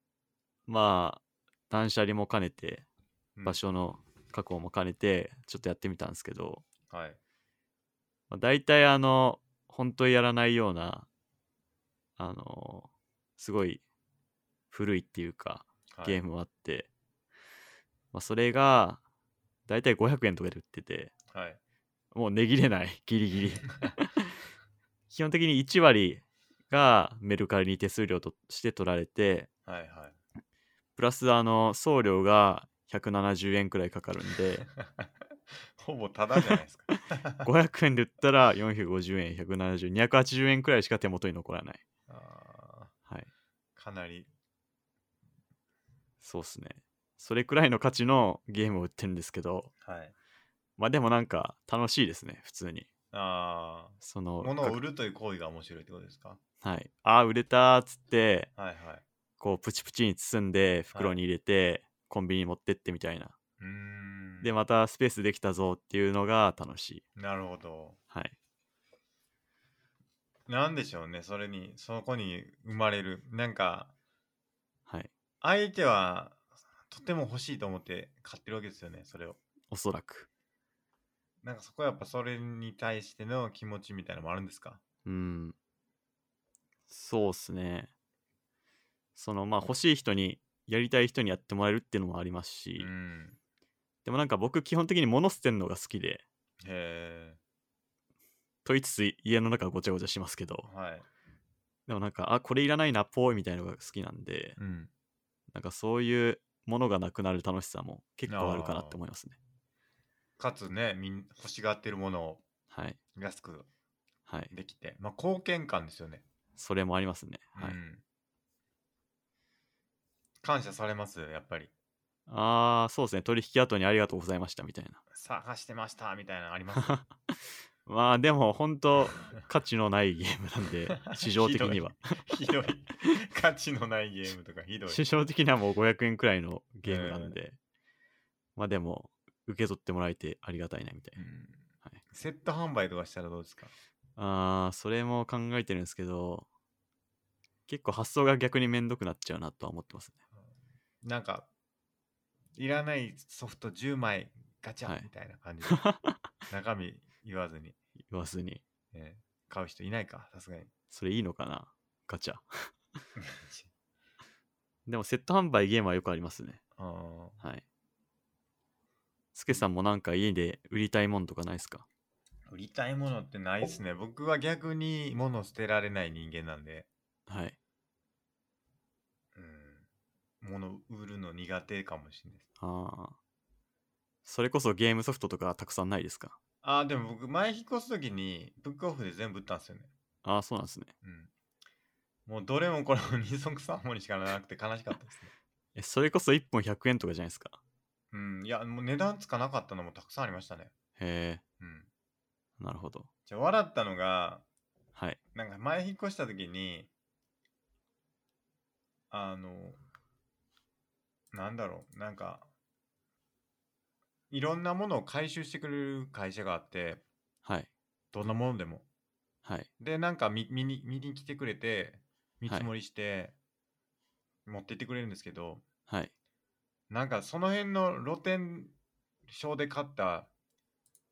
う、まあ、断捨離も兼ねて、うん場所の確保も兼ねて、ちょっとやってみたんですけど、はい。まあ、大体あの、本当にやらないような、あの、すごい古いっていうか、はいゲームはあって、まあ、それが、大体500円とかで売ってて、はい。もう値切れない、 ギリギ リ。基本的に1割がメルカリに手数料として取られて、はいはい。 プラスあの送料が170円くらいかかるんで ほぼタダじゃないですか。 500円で売ったら450円170280円くらいしか手元に残らないあはいーかなり。そうっすねそれくらいの価値のゲームを売ってるんですけどはい。まあでもなんか楽しいですね普通にあそあ。の物を売るるという行為が面白いってことですかはいああ売れたっつってはいはい。こうプチプチに包んで袋に入れて、コンビニに持ってってみたいなうーん。でまたスペースできたぞっていうのが楽しいなるほど。はいなんでしょうね。それに、そこに生まれる。なんか、はい相手はとても欲しいと思って買ってるわけですよね。それを。おそらくなんかそこはやっぱそれに対しての気持ちみたいなのもあるんですかうん。そうっすね。そのまあ欲しい人にやりたい人にやってもらえるっていうのもありまうすし、ん。でもなんか僕基本的に物捨てるのが好きで、へと言いつつ家の中ごちゃごちゃしますけど、え。はい。でもなんか、あ、これいらないな、ぽいみたいなのが好きなんで、うん。なんかそういうものがなくなる楽しさも結構あるかなって思いますね。かつね、みん欲しがってるものをはい。安くはい。できて、まあ貢献感ですよね。それもありますね。はい。うん、感謝されますやっぱりああ、そうですね。取引後にありがとうございましたみたい探してましたみたいなのあり ますな。まあでも本当価値のないゲームな んで市場的にはひどい価値のないゲームとかひどい市場的にはもう500円くらいのゲームなんで、まあでも受け取ってもらえてありがたいなみたいうな、んはいセット販売とかしたらどうですかあーそれも考えてるんですけど結構発想が逆にめんどくなっちゃうなとは思ってますねなんかいらないソフト10枚ガチはャいみたいな 感じで、中身言わずに、言わずにえー買う人いないかさす がにそれいいのかなガチャでもセット販売ゲームはよくありますねあーはいスケさんもなんか家で売りたいもんとかないですか売りたいものってないですね僕は逆に物捨てられない人間なんではいうん、物売るの苦手かもしれないです。ああそれこそゲームソフトとかたくさんないですかああ、でも僕、前引っ越すときに、ブックオフで全部売ったんですよね。ああそうなんですねうん。もうどれもこれも二足三本にしかならなくて悲しかったですね。えそれこそ1本100円とかじゃないですかうん。いや、もう値段つかなかったのもたくさんありましたね。へうん。えなるほどじゃあ、笑ったのが、はいなんか前引っ越したときに、あの、なんだろう、なんか、いろんなものを回収してくれる会社があって、はいどんなものでも。はいで、なんか見見に見に来てくれて、見積もりして、持って行ってくれるんですけど、はいなんかその辺の露店商で買った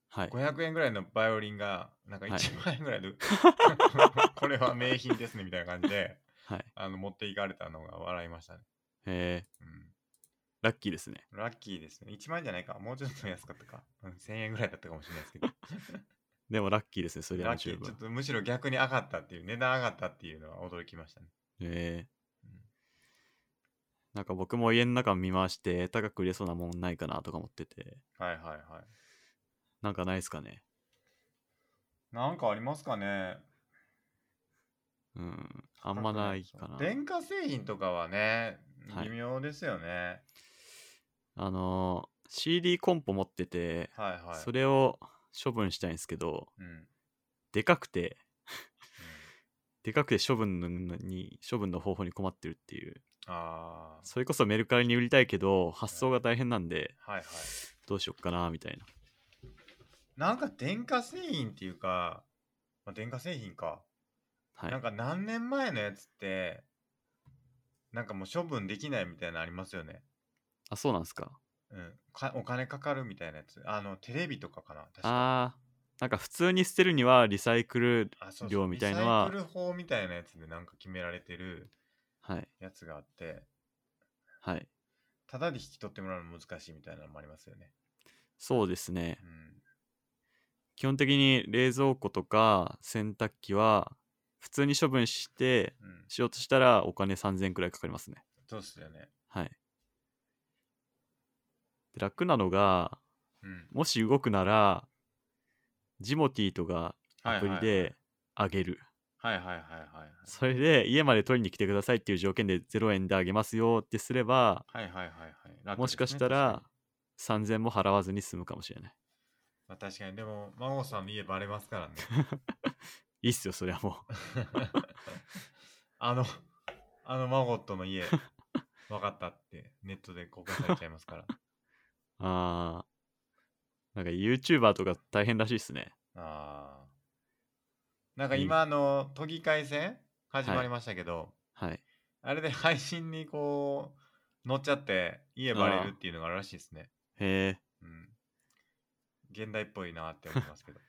はい500円ぐらいのバイオリンが、なんかはい1万円ぐ らいで、 これは名品ですねみたいな感じで、はいへあの持っていかれたのが笑いましたね。えラッキーですねうん、ラッキーですね。1万円じゃないか。もうちょっと安かったか。うん1000円ぐらいだったかもしれないですけど。でもラッキーですねそれはラッキ十ー、ちょ分っとむしろ逆に上がったっていう、値段上がったっていうのは驚きましたね。へえうんなんか僕も家の中見回して高く売れそうなもんないかなとか思っててはいはいはい。なんかないですかねなんかありますかねうんあんまないかな電化製品とかはねは、い微妙ですよね。あのー CD コンポ持ってて、はい、はい、それを処分したいんですけどうん、うんでかくてでかくて処分のに処分の方法に困ってるっていうあそれこそメルカリに売りたいけど発送が大変なんであ、はいはい。どうしよっかなみたいななんか電化製品っていうか、まあ、電化製品か、はいなんか何年前のやつって、なんかもう処分できないみたいなのありますよね。あそうなんですかうん、かお金かかるみたいなやつ。あの、テレビとかかな。確かあなんか普通に捨てるにはリサイクル、あそうそ量うみたいのはリサイクル法みたいなやつでなんか決められてるはい、やつがあってはい。ただで引き取ってもらうの難しいみたいなのもありますよねそうですねう。ん基本的に冷蔵庫とか洗濯機は普通に処分してうんしようとしたらお金3000くらいかかりますね。そうっすよねはい。で楽なのが、うんもし動くなら、ジモティーとかはいアはいプはリいであげる。はいはいはいはいそれで家まで取りに来てくださいっていう条件で0円であげますよってすれば、はいはいはいはい楽もしかですねした確らかに3000も払わずに済むかもしれない。まあ、確かにでも孫さんの家バレますからね いいっすよ、それはもう。あのあの孫との家分かったってネットで公開されちゃいます からあー。なんか YouTuber とか大変らしいですね。あーなんか今あの都議会選始まりましたけど、はい。あれで配信にこう乗っちゃって家バレるっていうのがあるらしいですねへえ。うん現代っぽいなって思いますけ ど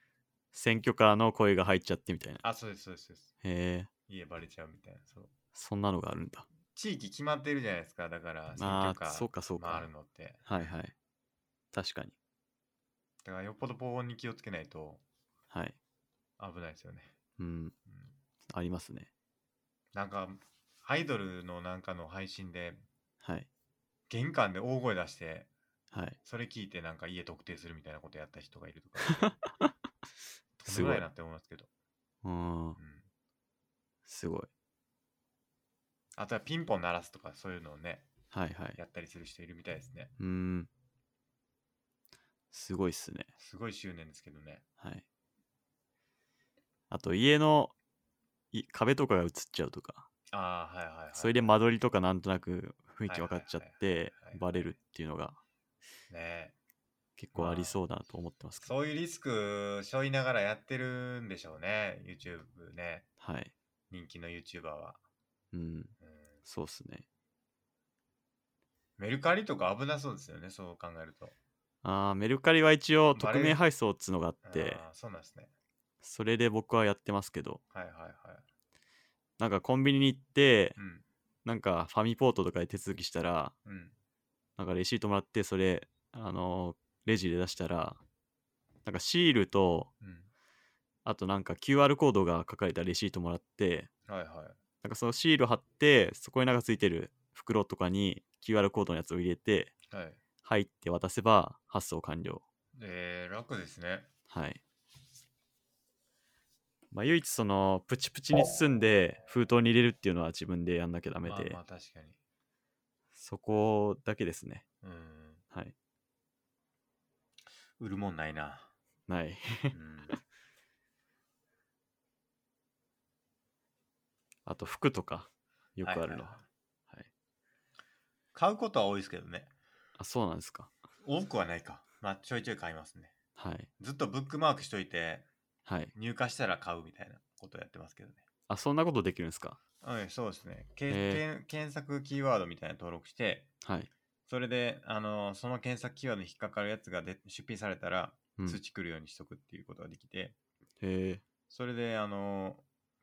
選挙カーの声が入っちゃってみたいな。あそうですそうですそうですへえ。家バレちゃうみたいなそうそんなのがあるんだ。地域決まってるじゃないですかだからま選あ、そ挙うかそうカー回かる。のってはいはい。確かに。だからよっぽど防音に気をつけないとはい。危ないですよね、うん。うん、ありますね。なんかアイドルのなんかの配信ではい。玄関で大声出してはい。それ聞いてなんか家特定するみたいなことやった人がいると かとんですもごないいな。って思いますけど、うんう。ん、すごい。あとはピンポン鳴らすとかそういうのをねはいはい。やったりする人いるみたいですねうん。すごいっすね。すごい執念ですけどねはい。あと、家のい壁とかが映っちゃうとか、ああはいはいはいそれで間取りとかなんとなく雰囲気分かっちゃっはいはいはいてはい、バレるっていうのがね結構ありそうだなと思ってますけど。そういうリスク背負いながらやってるんでしょうね YouTube ねはい。人気の YouTuber は、うん。うん、そうっすね。メルカリとか危なそうですよねそう考えるとあーメルカリは一応バレ匿る名配送っつのがあってあーそうなんですねそれで僕はやってますけどはいはいはいなんかコンビニに行ってうんなんかファミポートとかで手続きしたらうんなんかレシートもらってそれあのーレジで出したらなんかシールとうんあとなんか QR コードが書かれたレシートもらってはいはいなんかそのシール貼ってそこになんかついてる袋とかに QR コードのやつを入れてはい。入って渡せば発送完了えー、楽ですね。はい。まあ、唯一そのプチプチに包んで封筒に入れるっていうのは自分でやんなきゃダメまあで、まあ確かに。そこだけですね。うん。はい。売るもんないな。ない。 うん。あと服とかよくあるの。はいはいはい買うことは多いですけどね。あ、そうなんですか。多くはないか。まあちょいちょい買いますね。はい。ずっとブックマークしといて、はい。入荷したら買うみたいなことやってますけどね。あ、そんなことできるんですか。うん、そうですね。けへーけん検索キーワードみたいなの登録して、はい。それで、あのその検索キーワードに引っかかるやつがで出品されたら、うん、通知来るようにしとくっていうことができて、へえ。それで、あの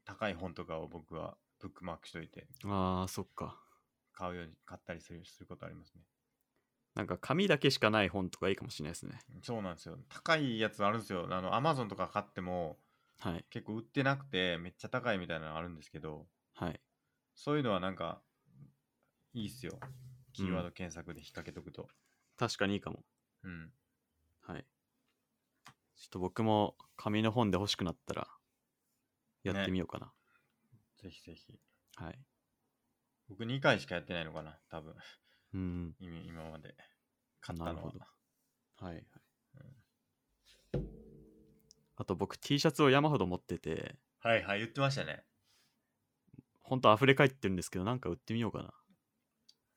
高い本とかを僕はブックマークしといて、あー、そっか。買うように買ったりするすることありますね。なんか紙だけしかない本とかいいかもしれないですね。そうなんですよ。高いやつあるんですよ。あの、アマゾンとか買ってもはい。結構売ってなくてめっちゃ高いみたいなのあるんですけど、はい。そういうのはなんかいいっすよ。キーワーうド検索で引っ掛けとくと。確かにいいかも。うん。はい。ちょっと僕も紙の本で欲しくなったらやってみようかな。ぜひぜひ。はい。僕2回しかやってないのかな、多分。うん。今今まで。買ったなるのほはど。はい、はいうん。あと僕 T シャツを山ほど持ってて、はいはい、言ってましたね。ほんと溢れ返ってるんですけど、なんか売ってみようかな。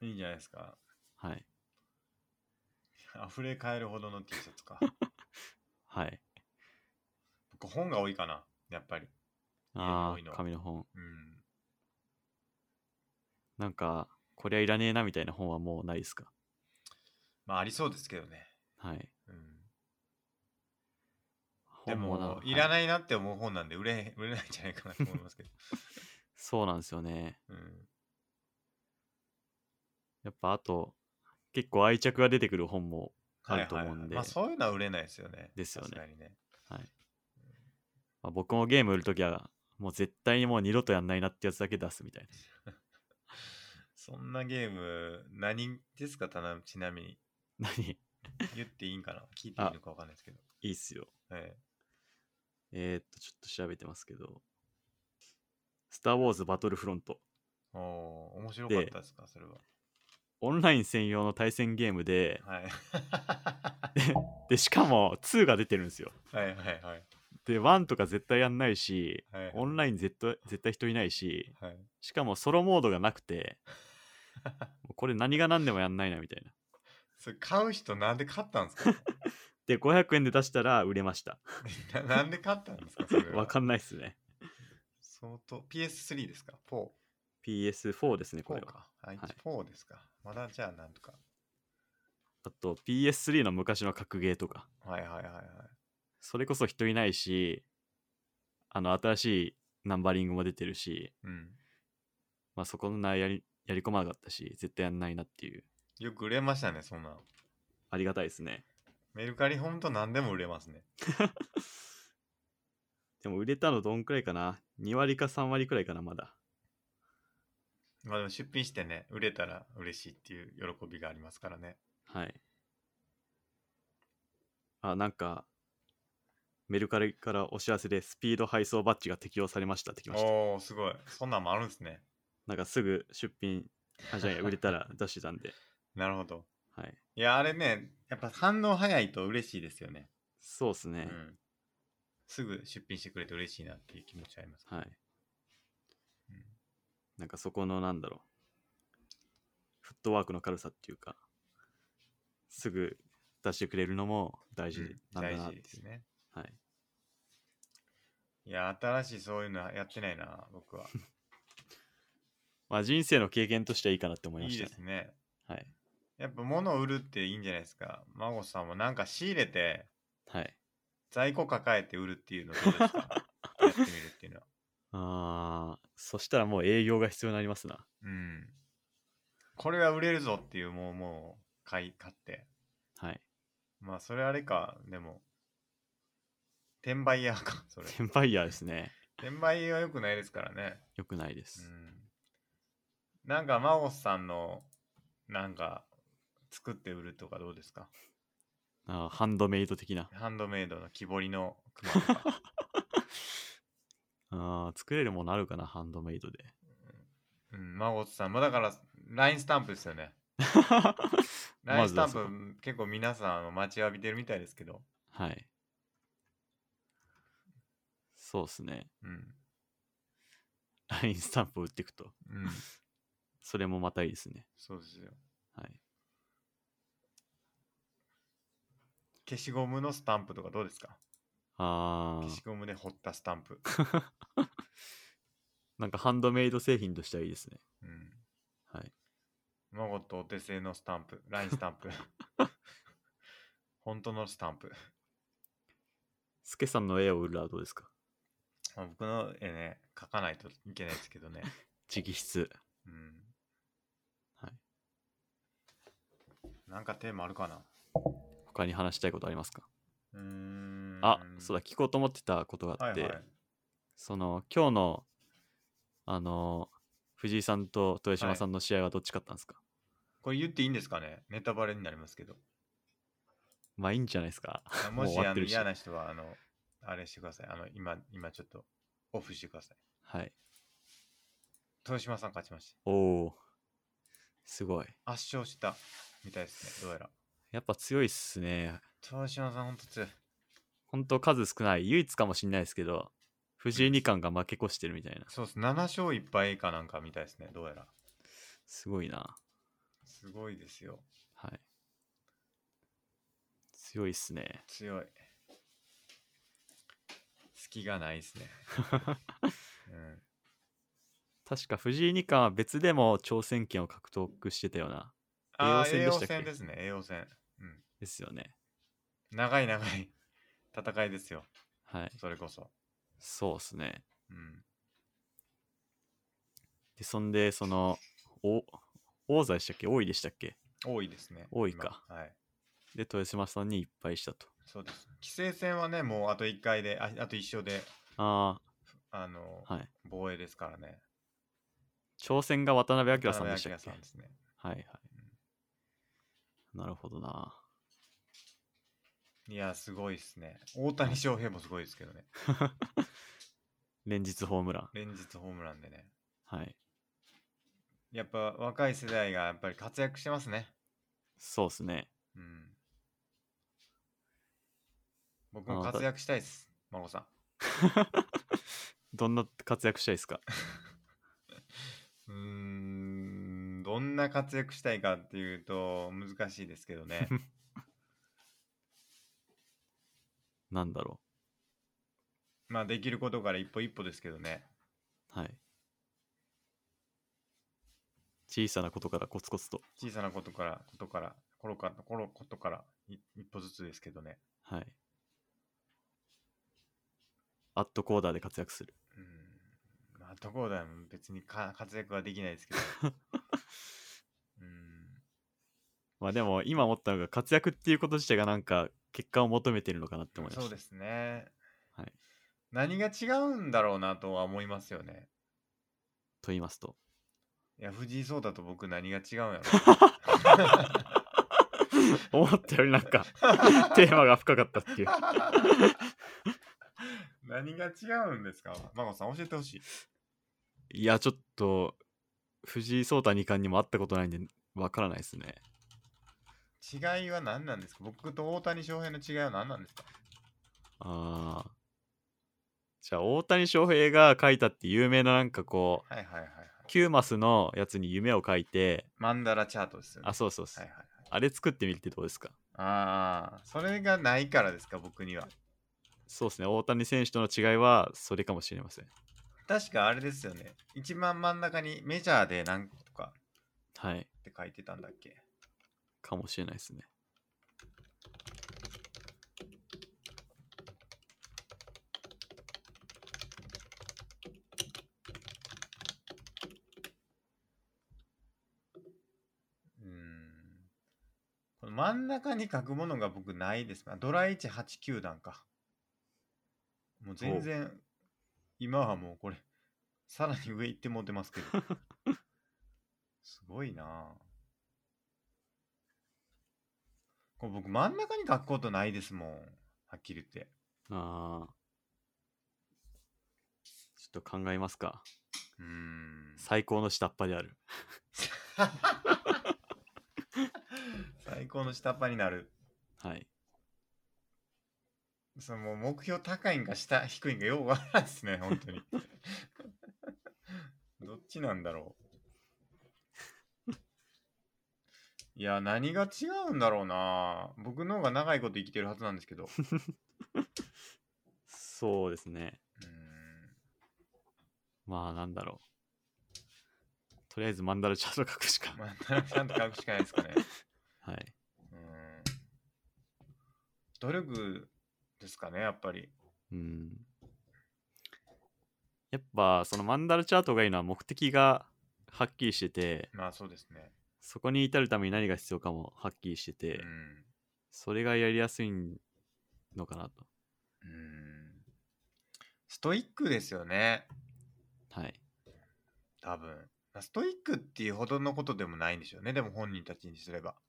いいんじゃないですか。はい。 溢れ返るほどの T シャツか。はい。僕本が多いかな、やっぱり。あいいのいいあ、の紙の本。うん。なんか、これはいらねえなみたいな本はもうないですか。まあありそうですけどね。はい。うん。で本もなもは、いいらないなって思う本なんで売れ、売れないん じゃないかなと思いますけど。そうなんですよね。 うん。やっぱあと、結構愛着が出てくる本も、あると思うんはいではいはいまあ、そういうのは売れないですよね。ですよねさがにね。まあ、僕もゲーム売るときは、もう絶対にもう二度とやんないなってやつだけ出すみたいな。そんなゲーム、何ですかたなちなみに。 何い言っていいんかな聞いていいのかわかんないですけど。いっすよ。えええー、っと、ちょっと調べてますけど、スター・ウォーズ・バトルフロント。おー面白かったですかそれは。オンライン専用の対戦ゲームで、はい。 で、しかも2が出てるんですよ。はいはいはい。で、1とか絶対やんないし、はいオンライン絶対絶対人いないし、はい。しかもソロモードがなくて、もうこれ何が何でもやんないなみたいな。それ買う人なんで買ったんですかで、500円で出したら売れました。ななんで買ったんですかそれはわかんないっすね。相当 PS3 ですか ?4。 PS4 ですね、これ4は。か。はいはい、 4ですか。まだじゃあなんとか。あと PS3 の昔の格ゲーとか。はいはいはいはい。それこそ人いないし、あの、新しいナンバリングも出てるし、うん。まあそこのなやり、やり込まなかったし、絶対やんないなっていう、よく売れましたね、そんなん。ありがたいですね。メルカリほんと何でも売れますね。でも売れたのどんくらいかな ?2 割か3割くらいかな、まだ。まあでも出品してね、売れたら嬉しいっていう喜びがありますからね。はい。あ、なんか、メルカリからお知らせでスピード配送バッジが適用されましたってきました。おー、すごい。そんなんもあるんですね。なんかすぐ出品、あ、じゃあ売れたら出してたんで、なるほど。はい。いや、あれね、やっぱ反応早いと嬉しいですよね。そうですうね。ん。すぐ出品してくれて嬉しいなっていう気持ちあります。はい。うんなんかそこの、なんだろう。フットワークの軽さっていうか、すぐ出してくれるのも大事なんだ大なっ事ていう。ですね。はい。いや、新しいそういうのはやってないな、僕は。まあ人生の経験としてはいいかな って思いまいいしたでね。すね。はい。やっぱ物を売るっていいんじゃないですか。孫さんもなんか仕入れて、はい。在庫抱えて売るっていうのどうです かやってみるっていうのは。あーそしたらもう営業が必要になりますな。うん。これは売れるぞっていう、もう、もう、買い、買って。はい。 まあ、それあれか、でも、転売屋か、それ。転売ヤーですね。転売は良くないですからね。よくないでうす。ん。なんか、真央さんの、なんか、作って売るとかどうですかあーハンドメイド的な。ハンドメイドの木彫りの熊とか。 あー作れるものあるかな、ハンドメイドで。うん、真央さんも、だから、ラインスタンプですよね。ラインスタンまずはプ、結構皆さん待ちわびてるみたいですけど。はい。そうですね。 うん。ラインスタンプを売っていくと。うん。それもまたいいですね。そうですよ。はい。消しゴムのスタンプとかどうですかあ消ーしゴムで彫ったスタンプ。なんかハンドメイド製品としてはいいですね。うん。はい。孫とお手製のスタンプ、ラインスタンプ。本当のスタンプ。スケさんの絵を売るのはどうですかまあ僕の絵ね、描かないといけないですけどね。直筆。うん。はい。なんかテーマあるかな他に話したいことありますかうーん。あ、そうだ、聞こうと思ってたことがあはいって、はい。その、今日の、あのー藤井さんと豊は島いさんの試合はどっち勝ったんですか、これ言っていいんですかねネタバレになります けど。まあいいんじゃないですか。あもうもし終わあのってるし嫌な人は、あの、あれしてください。あの、今、今ちょっとオフしてください。はい。豊島さん勝ちました。おおすごい。圧勝したみたいですね、どうやら。やっぱ強いっすね。豊島さん、ほんと強い。ほんと数少ない、唯一かもしんないですけど、藤井二冠が負け越してるみたいな。そうです。7勝1敗かなんかみたいですね、どうやら。すごいな。すごいですよ。はい。強いっすね。強い。隙がないです ね。うん。確か藤井二冠は別でも挑戦権を獲得してたような。ああ、栄栄養養戦でしたっけ戦ですね、栄養戦。うん。ですよね。長い長い戦いですよ。はい。それこそ。そうですね。うん。で、そんで、その、お、王座でしたっけ王位でしたっけ多いですね。多いか今。はい。で、豊島さんにいっぱいしたと。そうです。棋聖戦はね、もうあと1回で、ああと1勝で、ああの、あ、はい。防衛ですからね。挑戦が渡辺明さん渡で辺した明っけさんですね。はいはい。なるほどな。いや、すごいですね。大谷翔平もすごいですけどね。連日ホームラン。連日ホームランでね。はい。やっぱ若い世代がやっぱり活躍してますね。そうですね。うん。僕あもまた活躍したいです、孫さどんな活躍したいですかん。うーん、どんな活躍したいかっていうと難しいですけど ね。なんだろまあできることから一歩一歩ですけどね。う。はい。小さなことからコツコツと。小さなことから、ことから、コロか、コロことからい一歩ずつですけどね。はい。アットコーダーで活躍する。うん。まあ、どこだよ。別にか活躍はできないで すけど。うん。まあでも今思ったのが活躍っていうこと自体がなんか結果を求めてるのかなって思いました。そうですね。はい何が違うんだろうなとは思いますよね。と言いますと。 いや、藤井聡太と僕何が違うんやろ思ったよりなん かテーマが深かったっていう。何が違うんですかマコさん教えてほしい。いやちょっと藤井聡太二冠にも会ったことないんでわからないですね。違いは何なんですか僕と大谷翔平の違いは何なんですかああ。じゃあ大谷翔平が書いたって有名ななんかこはいはいはい、はうい。 9マスのやつに夢を書いてマンダラチャートですよね。あそうそうそう、はいはいはい、あれ作ってみるってどうですかああ、それがないからですか僕には。そうですね大谷選手との違いはそれかもしれません。確かあれですよね。一番真ん中にメジャーで何個とかはいって書いてたんだっけかもしれないですね。うーんこの真ん中に書くものが僕ないです。あドラ189球団か。もう全然、今はもうこれ、さらに上行ってもうてますけど。 すごいなあこれ僕真ん中に書くことないですもん。はっきり言って。ああ。ちょっと考えますか。うーん。最高の下っ端である。最高の下っ端になる。はい。そのもう目標高いんか下低いんかようわからんですね本当に どっちなんだろういや何が違うんだろうな僕の方が長いこと生きてるはずなんですけどうそうですね。ーんまあなんだろう。とりあえずマンダラチャート書くしか。まあちゃんと書くしかないですかねはい。うーん努力ですかねやっぱりうん。やっぱそのマンダラチャートがいいのは目的がはっきりしてて、まあそうですねそこに至るために何が必要かもはっきりしててう、んそれがやりやすいのかなと。うーんストイックですよねはい。多分まあストイックっていうほどのことでもないんでしょうねでも本人たちにすれば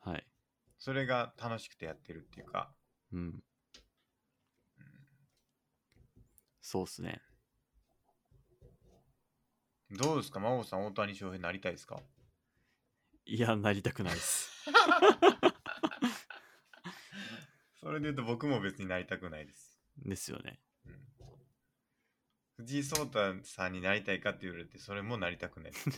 はい。それが楽しくてやってるっていうかうん。そうっすね。どうですか真帆さん大谷翔平なりたいですかいや、なりたくないです。 それで言うと僕も別になりたくないですですよね。藤井聡太さんになりたいかって言われてそれもなりたくないです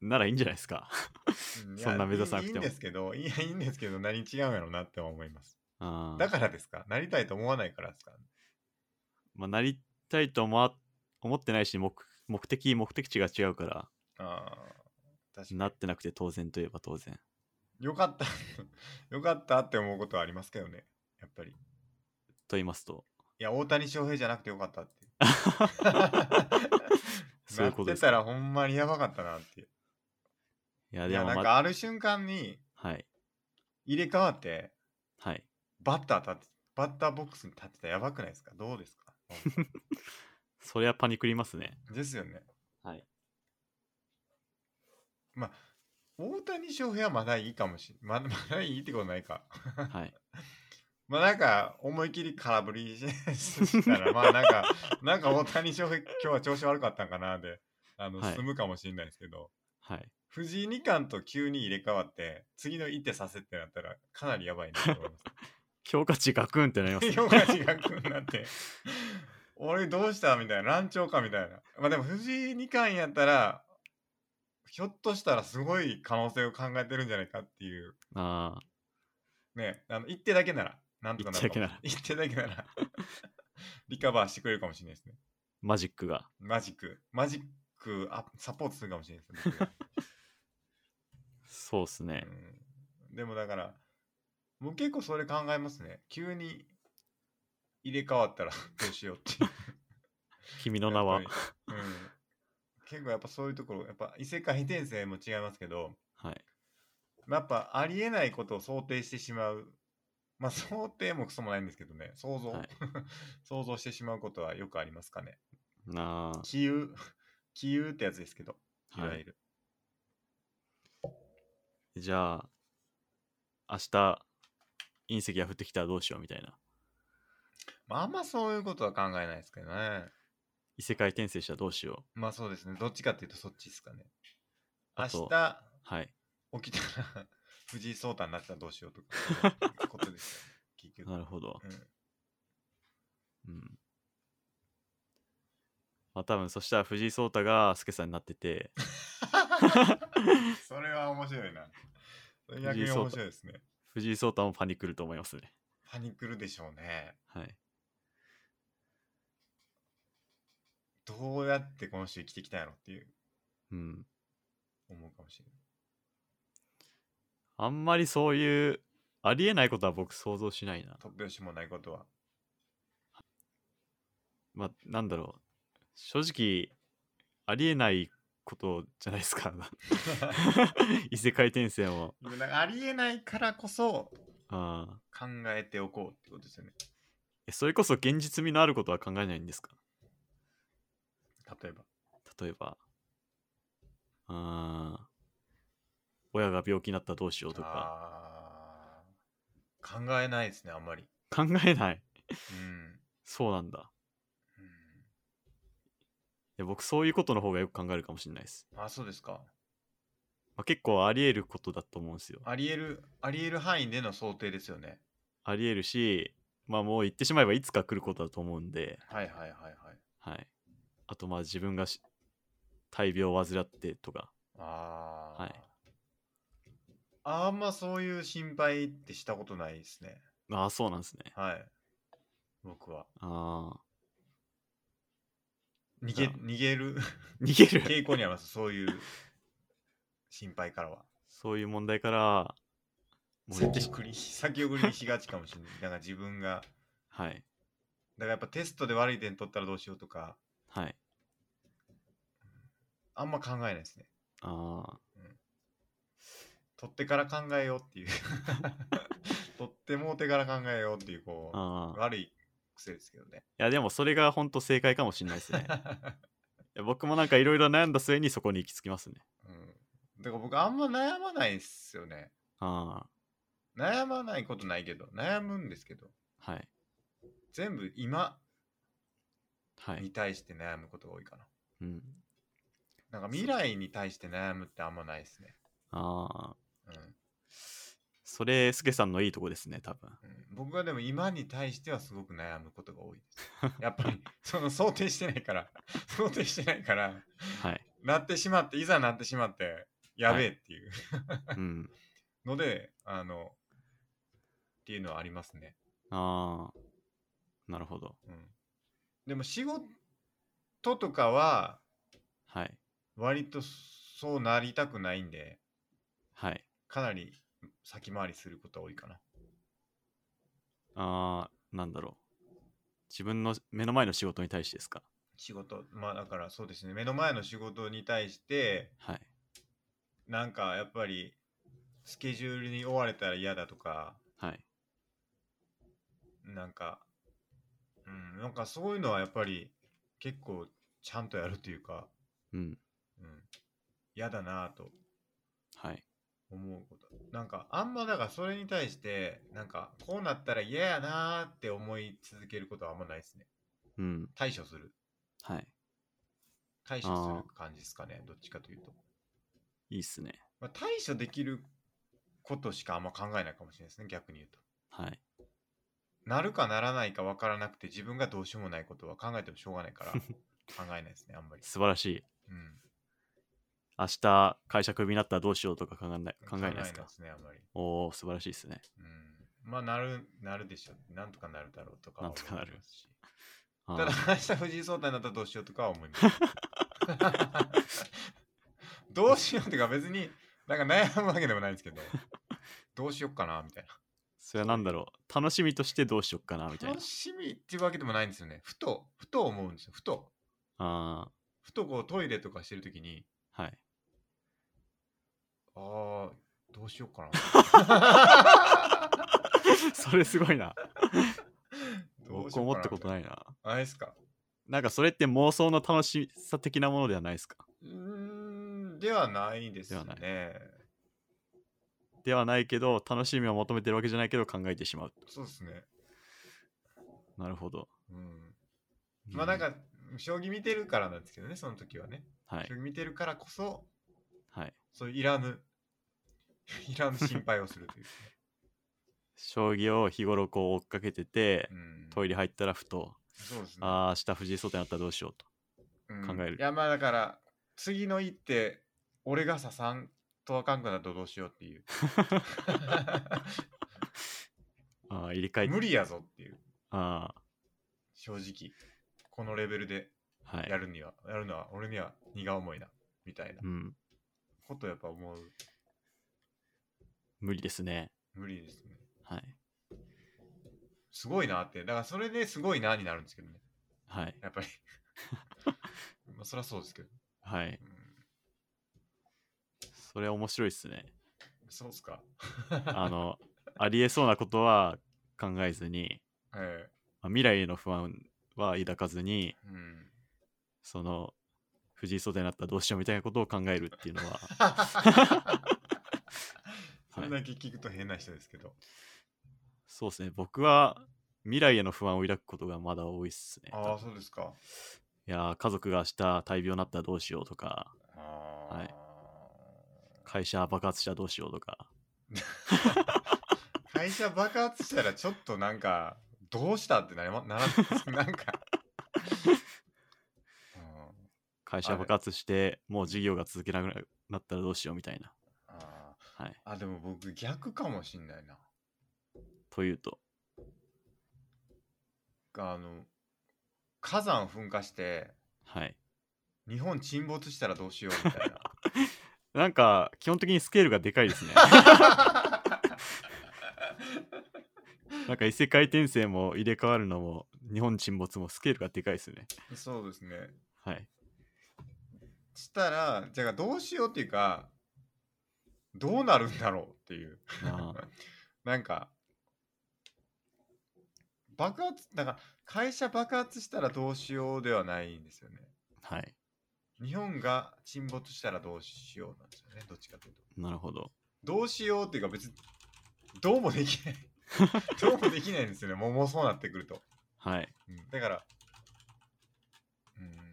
ならいいんじゃないですか。 ういそんな目指さなくてもいいいんですけどいやいいんですけど何違うんやろうなっては思いますあだーからですかなりたいと思わないからですかまあ、なりたいと思わ思ってないし目、目的、目的地が違うから、ああ確かなってなくて当然といえば当然。によかった よかったって思うことはありますけどねやっぱり と言いますと、いや、大谷翔平じゃなくてよかったって。 そういうこなとでってすたか。らほんまにやばかったなって。いや、いでや、も、なんま、かある瞬間にはい。入れ替わって、はい。バッター立って、バッターボックスに立ってたらやばくないですかどうですかそれはパニクりますね。ですよね。はい。大谷翔平はまだいいかもしれまだ まだいいってことないか。はい。まあなんか思い切り空振りししたら、まあなんか、なんか大谷翔平今日は調子悪かったんかなで、あの、はい済むかもしれないですけど、はい。藤井二冠と急に入れ替わって、次の一手させってなったらかなりやばいなと思い ます。評価値ガクンってなり ますね。評価値がくになって俺どうしたみたいな乱調かみたいなまあでも藤井二冠やったらひょっとしたらすごい可能性を考えてるんじゃないかっていうあねあの一手だけならなんとかなるかも一手だけならリカバーしてくれるかもしれないですねーマジックが。マジックマジックあサポートするかもしれないですね僕がそうっすね。うんでもだから、もう結構それ考えますね。急に入れ替わったら どうしよう っていう。君の名はやっ。ぱりうん、結構やっぱそういうところ、やっぱ異世界転生も違いますけど、はい。まあやっぱありえないことを想定してしまう。まあ想定もクソもないんですけどね、想像、はい 想像してしまうことはよくありますかね。なあ。杞憂、 杞憂ってやつですけど、いわはゆい。る。じゃあ、明日、隕石が降ってきたらどうしようみたいな。まああんまそういうことは考えないですけどね。異世界転生したらどうしよまあそうですね。どっちかっていうとそっちですかね。明あ日とう。はい。起きたら藤井聡太になったらどうしようとかことですよね。結局。なるほど。うん うん。まあ多分そしたら藤井聡太が助さんになってて、それは面白いな。それ逆藤井に聡面太白いですね。藤井聡太もパニクると思いますね。パニクるでしょうね。はい。どうやってこの人生きてきたんやろっていううん。思うかもしれない。あんまりそういう、ありえないことは僕想像しないな。突拍子もないことは。まあ、なんだろう。正直、ありえないことじゃないですか。 異世界転生も。でもなんかありえないからこそああ考えておこうってことですよね。えそれこそ現実味のあることは考えないんですか例えば。例えば、あー親が病気になったらどうしようとか、あー考えないですね、あんまり。考えない。うん。そうなんだ。うんいや僕、そういうことの方がよく考えるかもしれないです。あ、そうですか。まあ、結構あり得ることだと思うんですよ。ありえる、ありえる範囲での想定ですよね。あり得るし、まあもう言ってしまえばいつか来ることだと思うんで、はいはいはいはい。はい。あとまあ自分がし大病を患ってとか、ああ。はいあんまそういう心配ってしたことないですね。ああ、そうなんですね。はい。僕は。ああ、逃げ、あ 逃げる逃げる傾向にあります。そういう心配からは。そういう問題から、もう言っ先てし、送り、 先送りにしがちかもしれない。だから自分が、はい、だからやっぱテストで悪い点取ったらどうしようとか、はい。あんま考えないですね。ああ、取ってから考えよう っていう。取ってもうてから考えようっていう、こう。ああ。悪い癖ですけどね。いや、でもそれが本当正解かもしれないです ね。いや僕もなんかいろいろ悩んだ末にそこに行き着きますね。うん。だから僕あんま悩まないっすよね。あ悩まないことないけど、悩むんですけど、あ、はい、全部今はにい。対して悩むことが多いかな。うん。なんか未来に対して悩むってあんまないですね。ああ、うん。それ、スケさんのいいとこですね、多分。うん僕はでも今に対してはすごく悩むことが多いです。やっぱり、 その想定してないから、想定してないから、はい。なってしまって、いざなってしまって、やべえっていううん。ので、あの、っていうのはありますね。ああ、なるほど。うんでも仕事とかははい、割とそうなりたくないんではい。かなり先回りすることは多いかな。ああ、なんだろう。自分の目の前の仕事に対してですか仕事まあだからそうですね目の前の仕事に対してはい。なんかやっぱりスケジュールに追われたら嫌だとかはい。なんかうんなんかそういうのはやっぱり結構ちゃんとやるというかうん。うん嫌だなぁとはい。思うことなんかあんまだからそれに対してなんかこうなったら嫌やなーって思い続けることはあんまないですねうん。対処するはい。対処する感じですかねどっちかというと、いいっすね。まあ、対処できることしかあんま考えないかもしれないですね逆に言うとはい。なるかならないか分からなくて自分がどうしようもないことは考えてもしょうがないから考えないですねあんまり、素晴らしい。うん、明日、会社クビになったらどうしようとか考えない 考えないです考かですねあんまり、おお素晴らしいですね。うん、まあなるなるでしょうなんとかなるだろうとかはなんとかなる思いますしたあただー明日藤井聡太になったらどうしようとかは思います どうしようとか別になんか悩むわけでもないんですけどどうしようかなみたいそれは何だろう。楽しみとしてどうしよっかな、みたない楽。なしみっていうわけでもないんですよねふとふと思うんですよふとあふとこうトイレとかしてるときにあ、はい。 あーどうしようかなそれすごいな。どうし 僕よう思かなったことないな。あれですかなんかそれって妄想の楽しさ的なものではないですかうーんではないですではなねではないけど、楽しみを求めてるわけじゃないけど考えてしまう。そうですねなるほど。うんうまあなん、か将棋見てるからなんですけどねその時はねはいそ。れ見てるからこそ、はい。そういういらぬ、 いらぬ心配をするというか、将棋を日頃こう追っかけてて、うんトイレ入ったらふと、そうですね。ああ、明日藤井聡太になったらどうしようと。うん考えるいや、まあだから、次の一手、俺が刺さんとあかんくなったらどうしようって いう。ああ、入れ替え無て。理やぞっていう、あ正直。このレベルであ、はいや。るには、やるのは俺には荷が重いな、みたいなうん。ことをやっぱ思う。無理ですね。無理ですね。はい。すごいなって、だからそれですごいなになるんですけどね、はい。やっぱ り。まあそりゃそうですけど。はい。うんそれ面白いですね。そうっすか。あ の、ありえそうなことは考えずに、えまあ未来への不安は抱かずに、え うん。 その藤井聡太になったらどうしようみたいなことを考えるっていうのはそれだけ聞くと変な人ですけど。そうですね僕は未来への不安を抱くことがまだ多いっすねあ多あ、分そうですか。いやー家族が明日大病になったらどうしようとかあはあい会社爆発したらどうしようとか会社爆発したらちょっとなんか、どうしたってなりま、なら、 なんか。うん会社爆発してもう事業が続けなくなったらどうしようみたいなあーはいあ、でも僕逆かもしんないな。というとあの、火山噴火して、はい日本沈没したらどうしようみたいな。 なんか基本的にスケールがでかいですねなんか異世界転生も入れ替わるのも日本沈没もスケールがでかいですねそうですね。はいしたらじゃあどうしようっていうかどうなるんだろうっていうあー なんか爆発だから会社爆発したらどうしようではないんですよねはい日本が沈没したらどうしようなんですよねどっちかというとなるほどどうしようっていうか別にどうもできないどうもできないんですよねもうもうそうなってくると、はいうんだからうん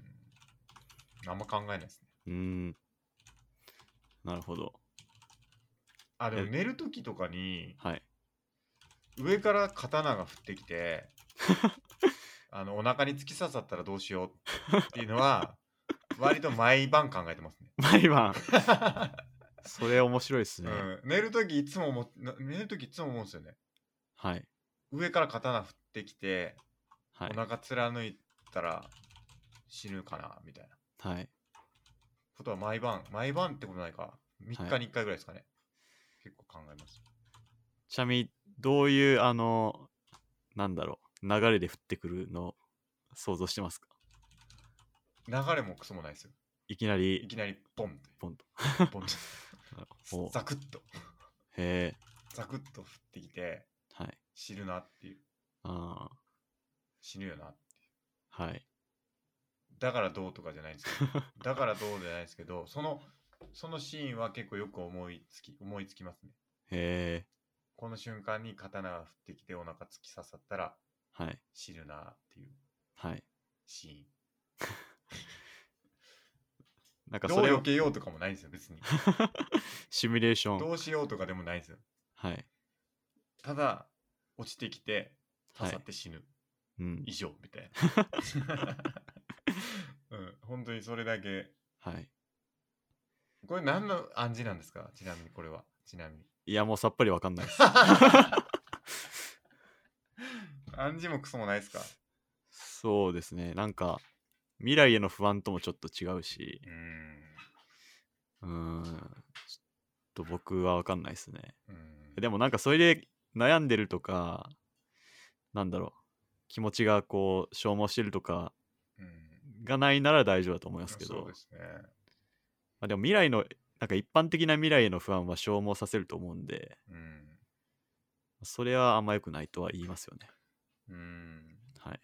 あんま考えないですねうーん。なるほど。あでもえ寝る時とかにはい。 上から刀が降ってき てあのお腹に突き刺さったらどうしようっていうのは割と毎晩考えてますね、毎晩、それ面白いですね。うん、寝る時いつもも寝る時いつも思うんですよねはい。上から刀降ってきてはおい。腹貫いたら死ぬかなみたいなはい。ことは毎晩毎晩ってことないか3日に1回ぐらいですかね、結構考えますちなみに、どういう、あの、なんだろう、流れで降ってくるの想像してますか流れもクソもないですよ。いきないりきなりポンポンと。と。ポン おと。ザクッと。へえザクッと降ってきて、はい死ぬなっていう。あ死ぬよな。ーはいだからどうとかじゃないんです けど。だからどうじゃないですけど、その、そのシーンは結構よく思いつき、思いつきますね。へえこの瞬間に刀が降ってきてお腹突き刺さったらはい死ぬなっていうはいシーン。なんかどそうれ避をけようとかもないんですよ、 別に。シミュレーションどうしようとかでもないんですよ。はいただ、落ちてきて、は刺さいって死ぬ。うん以上、みたい な。うん、本当にそれだけ。はいこれ何の暗示なんですかちなみにこれは。ちなみに。いやもうさっぱりわかんないです 暗示もクソもないですかそうですねなんか未来への不安ともちょっと違うしうーん。うーんちょっと僕はわかんないですねうんでもなんかそれで悩んでるとかなんだろう気持ちがこう消耗してるとかうんがないなら大丈夫だと思いますけどそうですね。まあ、でも未来のなんか一般的な未来への不安は消耗させると思うんでうん。それはあんま良くないとは言いますよねうん。はい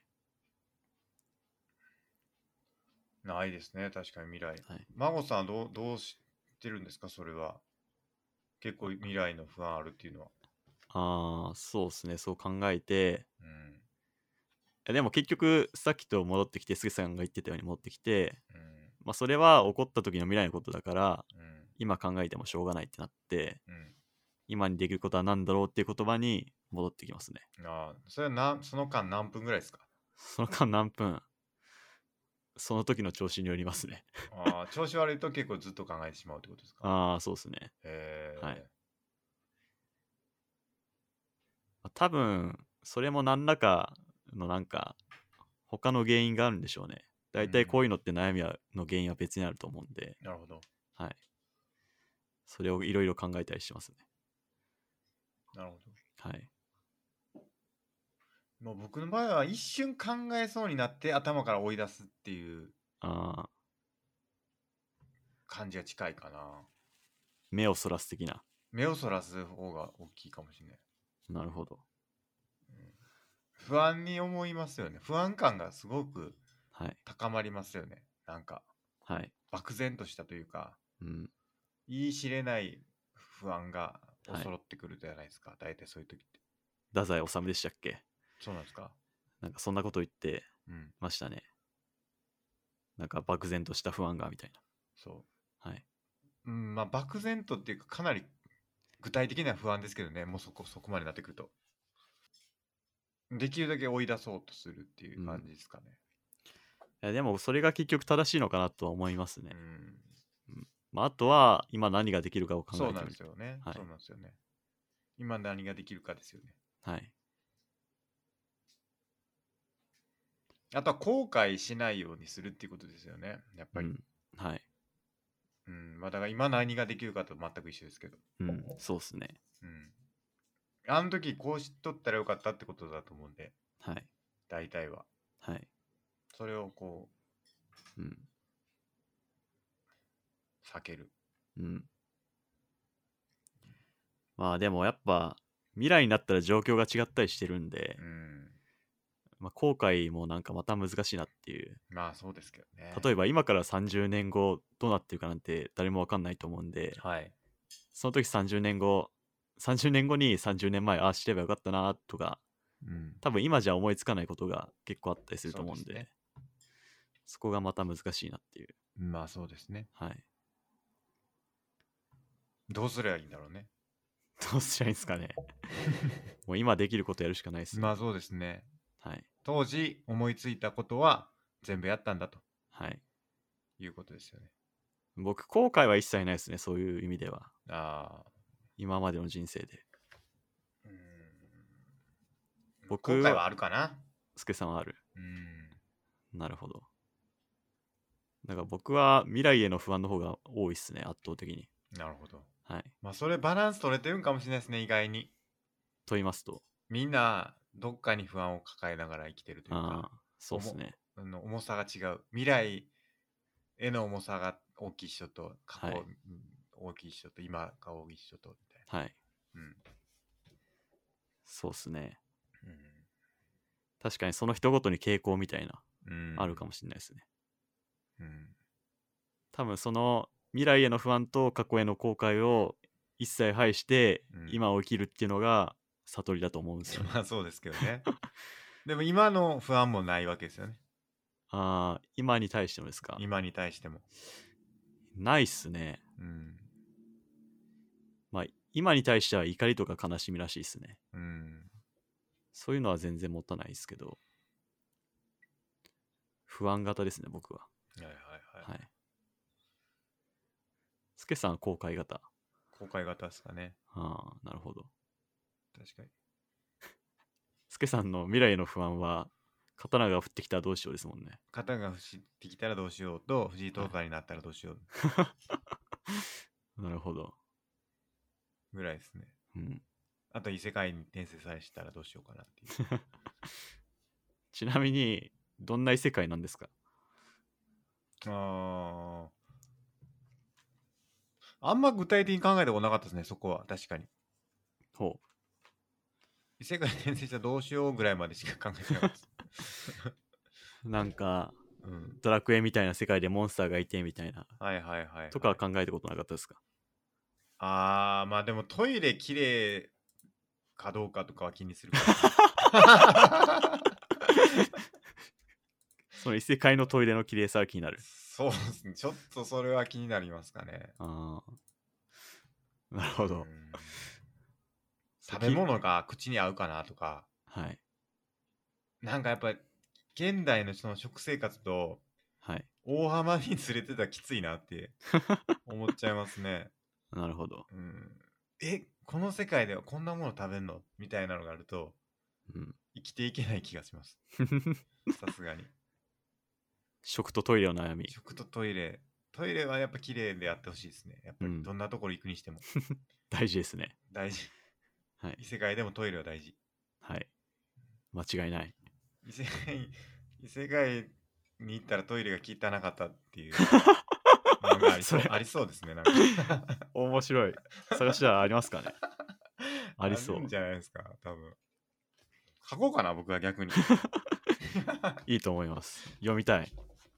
ないですね、確かに未来。はい孫さんはどう、どうしてるんですか、それは。結構未来の不安あるっていうのは。ああそうですねそう考えてうん。いやでも結局さっきと戻ってきて杉さんが言ってたように戻ってきて、うん。まあ、それは起こった時の未来のことだからうん。今考えてもしょうがないってなってうん。今にできることは何だろうっていう言葉に戻ってきますねああ、それはな、その間何分ぐらいですかその間何分その時の調子によりますね。ああ、調子悪いと結構ずっと考えてしまうってことですか ああ、そうですね。へえ。はい多分、それも何らかのなんか、他の原因があるんでしょうね。大体うんこういうのって悩みはの原因は別にあると思うんで、なるほど。はい。それをいろいろ考えたりしますね。なるほど。はい。もう僕の場合は一瞬考えそうになって頭から追い出すっていうああ、感じが近いかな。目をそらす的な。目をそらす方が大きいかもしれない。なるほど。不安に思いますよね。不安感がすごくはい。高まりますよね。なんか、はい。漠然としたというか、うん。言い知れない不安がはい恐ろってくるじゃないですか。大体そういう時って。太宰治でしたっけそうなんですかなんかそんなこと言ってうん。ましたね。なんか漠然とした不安がみたいそな。はい。う。うん、まあ、漠然とっていうか、かなり具体的な不安ですけどね。もうそこ、そこまでなってくると。できるだけ追い出そうとするっていう感じですかね。いやでもそれが結局正しいのかなとは思いますねう。ん。まあ、あとは今何ができるかを考えてそうみなんるですよね。はいそうなんですよね。今何ができるかですよね。はいあとは後悔しないようにするっていうことですよね。やっぱり。うんはいうん、まあだから今何ができるかと全く一緒ですけど。うんそうっすねうん。あの時こうしとったらよかったってことだと思うんで、はい大体は。はいそれをこうんう、避ける。うんまあでもやっぱ未来になったら状況が違ったりしてるんでう、ん。まあ、後悔もなんかまた難しいなっていうまあそうですけどね。例えば今から30年後どうなってるかなんて誰もわかんないと思うんではい。その時30年後30年後に30年前ああしてればよかったなとかうん。多分今じゃ思いつかないことが結構あったりすると思うんでそうですねそこがまた難しいなっていうまあそうですね。はい どうすればいいんだろうね。どうしたらいいんです かねもう今できることやるしかないです、まあそうですね。はい当時思いついたことは全部やったんだとはいいうことですよね。僕後悔は一切ないですねそういう意味ではああ。今までの人生でうん。僕後悔はあるかな。スケさんはあるうん。なるほどだから僕は未来への不安の方が多いですね圧倒的になるほど。はいまあそれバランス取れてるんかもしれないですね、意外に。と言いますとみんなどっかに不安を抱えながら生きてるというあか、あ、そうですね。あの重さが違う。未来への重さが大きい人と、過去、はいうん大きい人と、今が大きい人と、みたいはい。な。そうですね。うん。確かにその人ごとに傾向みたいな、うん。うんあるかもしれないですね。うん。 多分その未来への不安と過去への後悔を一切排して、うん今を生きるっていうのが悟りだと思うんですよね。まあそうですけどね。でも今の不安もないわけですよね。ああ、今に対してもですか今に対しても。ないっすね。うん。まあ、今に対しては怒りとか悲しみらしいっすね。うん。そういうのは全然持たないですけど、不安型ですね、僕は。はいはいはい。はい。スケさんは後悔型。公開型ですかね。ああ、なるほど。確かに。スケさんの未来への不安は、刀が降ってきたらどうしようですもんね。肩が伏ってきたらどうしようと、藤井東海になったらどうしようなるほど。ぐらいですね。うん。あと異世界に転生されしたらどうしようかなってい う。ちなみに、どんな異世界なんですかあーあんま具体的に考えたことなかったですね、そこは。確かに。ほ異世界に転生したらどうしようぐらいまでしか考えてなかったです。う。なんか、うん。ドラクエみたいな世界でモンスターがいてみたいな、はいはいはい、はい。とかは考えたことなかったですかあー、まあでもトイレきれいかどうかとかは気にする からねその異世界のトイレの綺麗さは気になる。そうですね。ちょっとそれは気になりますかね。ああ。なるほうど。ん食べ物が口に合うかなとか、はい。なんかやっぱり現代のその食生活とはい。大幅に ずれてたらきついなって思っちゃいますね。なるほど。うん、えこの世界ではこんなもの食べんのみたいなのがあるとうん。 生きていけない気がします。さすがに。食とトイレの悩み。食とトイレ。トイレはやっぱ綺麗でやってほしいですね。やっぱうんりどんなところ行くにしても大事ですね。大事。はい異世界でもトイレは大事。はい。間違いない。異世界 異世界に行ったらトイレが汚かったって いうのがありそうそれありそうですねなんか面白い。探したらありますかね。 ありそうるんじゃないですか多分書こうかな僕は 逆にいいと思います。読みたい。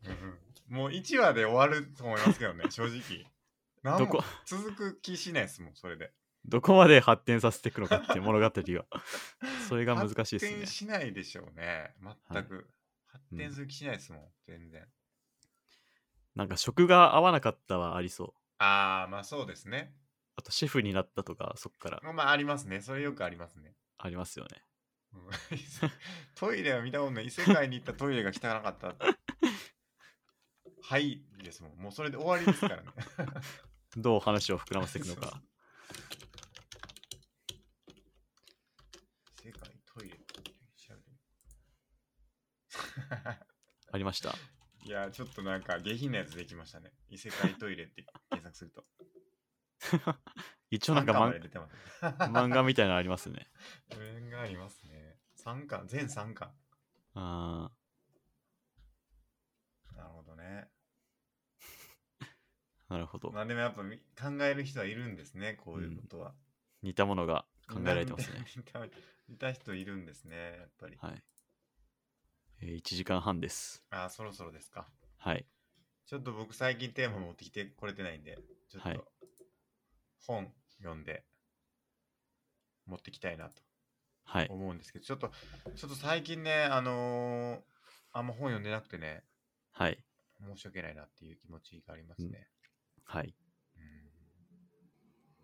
うんもう1話で終わると思いますけどね正直何どもこ、続く気しないですもんそれでどこまで発展させていくのかっていう物語が。 それが難しいです発ね展。しないでしょうね全く、発うん展する気しないですもん、全然なんか食が合わなかったはありそう。ああまあそうですねあとシェフになったとか、そっからまあありますねそれよくありますねありますよね。うん トイレは見たことない異世界に行ったトイレが汚かったはいですもんもうそれで終わりです からねどう話を膨らませていくの か。異世界トイレ 調べてみありました。るいやちょっとなんか下品なやつできましたね異世界トイレって検索すると一応な3んか巻マまでン出てます漫画みたいなのありますね。面がありますね3巻全3巻あなるほどねーなるほど。まあでもやっぱみ考える人はいるんですねこういうことは、似たものが考えられてますね。見た見た見た人いるんですねやっぱりはい。えー、1時間半です。あーそろそろですかはい。ちょっと僕最近テーマ持ってきてこれてないんで、ちょっはいと本読んで持ってきたいなとはい。思うんですけど、ちょっと、ちょっと最近ね、あのーあんま本読んでなくてね、はい。申し訳ないなっていう気持ちがありますね。はい。うん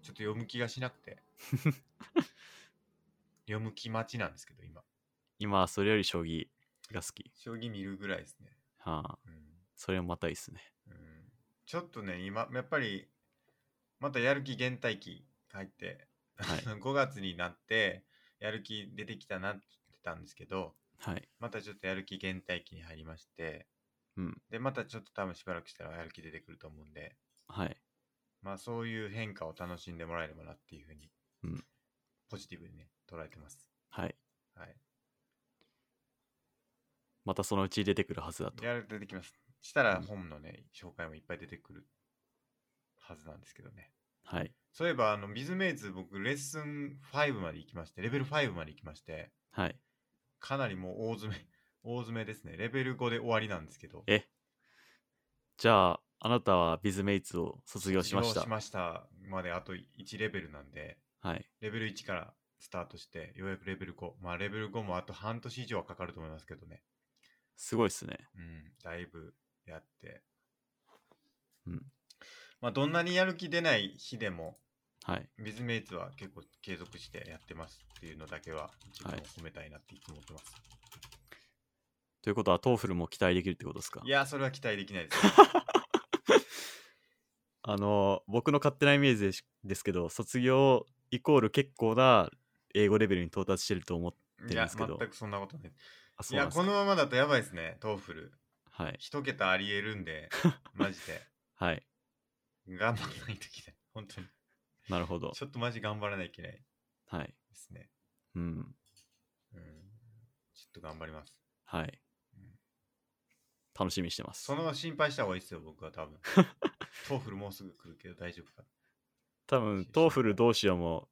ちょっと読む気がしなく て。読む気待ちなんですけど、今。今はそれより将棋が好き。将棋見るぐらいですね。はあ。うんそれもまたいいですね。うんちょっとね、今、やっぱり、またやる気減退期入って、はい 5月になって、やる気出てきたなって言ってたんですけど、はい。またちょっとやる気減退期に入りまして、うん。で、またちょっと多分しばらくしたらやる気出てくると思うんで、はい。まあそういう変化を楽しんでもらえればなっていうふうに、うんポジティブにね、捉えてます。はい。はい。またそのうち出てくるはずだと。やられて出てきます。したらうん本のね、紹介もいっぱい出てくるはずなんですけどね。はい。そういえば、あの、ビズメイツ、僕、レッスン5まで行きまして、レベル5まで行きまして、はい。かなりもう大詰め、 大詰めですね。レベル5で終わりなんですけど。えじゃあ、あなたはビズメイツを卒業しまし起た。業しましたまであと1レベルなんで、はい。レベル1からスタートして、ようやくレベル5。まあ、レベル5もあと半年以上はかかると思いますけどね。すごいですね。うん、だいぶやって。うん。まあ、どんなにやる気出ない日でも、はい。ビズメイツは結構継続してやってますっていうのだけは、自分を褒めたいなっていつも思ってます。ということは、トーフルも期待できるってことですかい、やー、それは期待できない です。あの、僕の勝手なイメージでしですけど、卒業イコール結構な英語レベルに到達してると思って、いでや、すけど全くそんなことない。あ、そいうなや、んですかこのままだとやばいですね、トーフル。はい。一桁ありえるん で、マジで。はい。頑張らないといけない。本当に。なるほど。ちょっとマジ頑張らないといけないではい。すね。うん。うん。ちょっと頑張ります。はいうん。楽しみにしてますそ。の心配した方がいいですよ、僕は多 分。トーフルもうすぐ来るけど大丈夫か。多分、トーフルどうしようも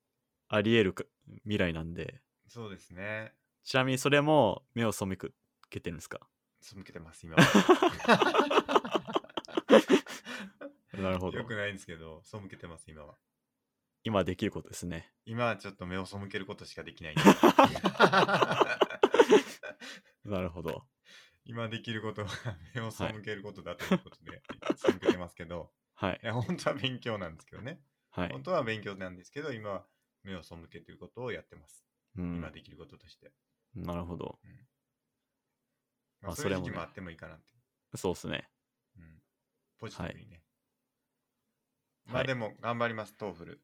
あり得るか未来なんで、そうですね。ちなみにそれも目を背くけてるんですか背けてます、今は。なるほどよ。くないんですけど、背けてます、今は。今できることですね。今はちょっと目を背けることしかできない んで。なるほど。今できることは目を背けることだということで、背けてますけど、はいい。や、本当は勉強なんですけどね。はい本。当は勉強なんですけど、今は目を背けということをやってます。うん今できることとして。なるほど。まあ、あそういう時それも期ねもあってもいいかなって。そうですね。うん、ポジティブにね。まはあいでも頑張ります、トーフル。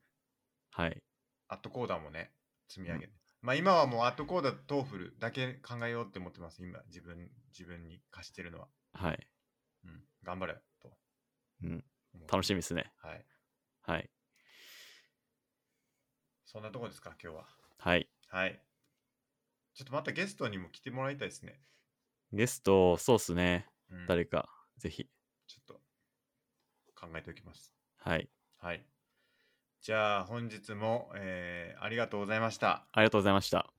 はい。アットコーダーもね、積み上げて。まあ今はもうアットコーダーとトーフルだけ考えようって思ってます、今、自分、自分に貸してるのは。はい。うん、頑張れと。うん。楽しみみ。ですね。はい。はい。そんなとこですか、今日は。はい。はい。ちょっとまたゲストにも来てもらいたいですね。ゲスト、そうですね。うん、誰か、ぜひ。ちょっと考えておきます。はい。はい。じゃあ本日も、えーありがとうございました。ありがとうございました。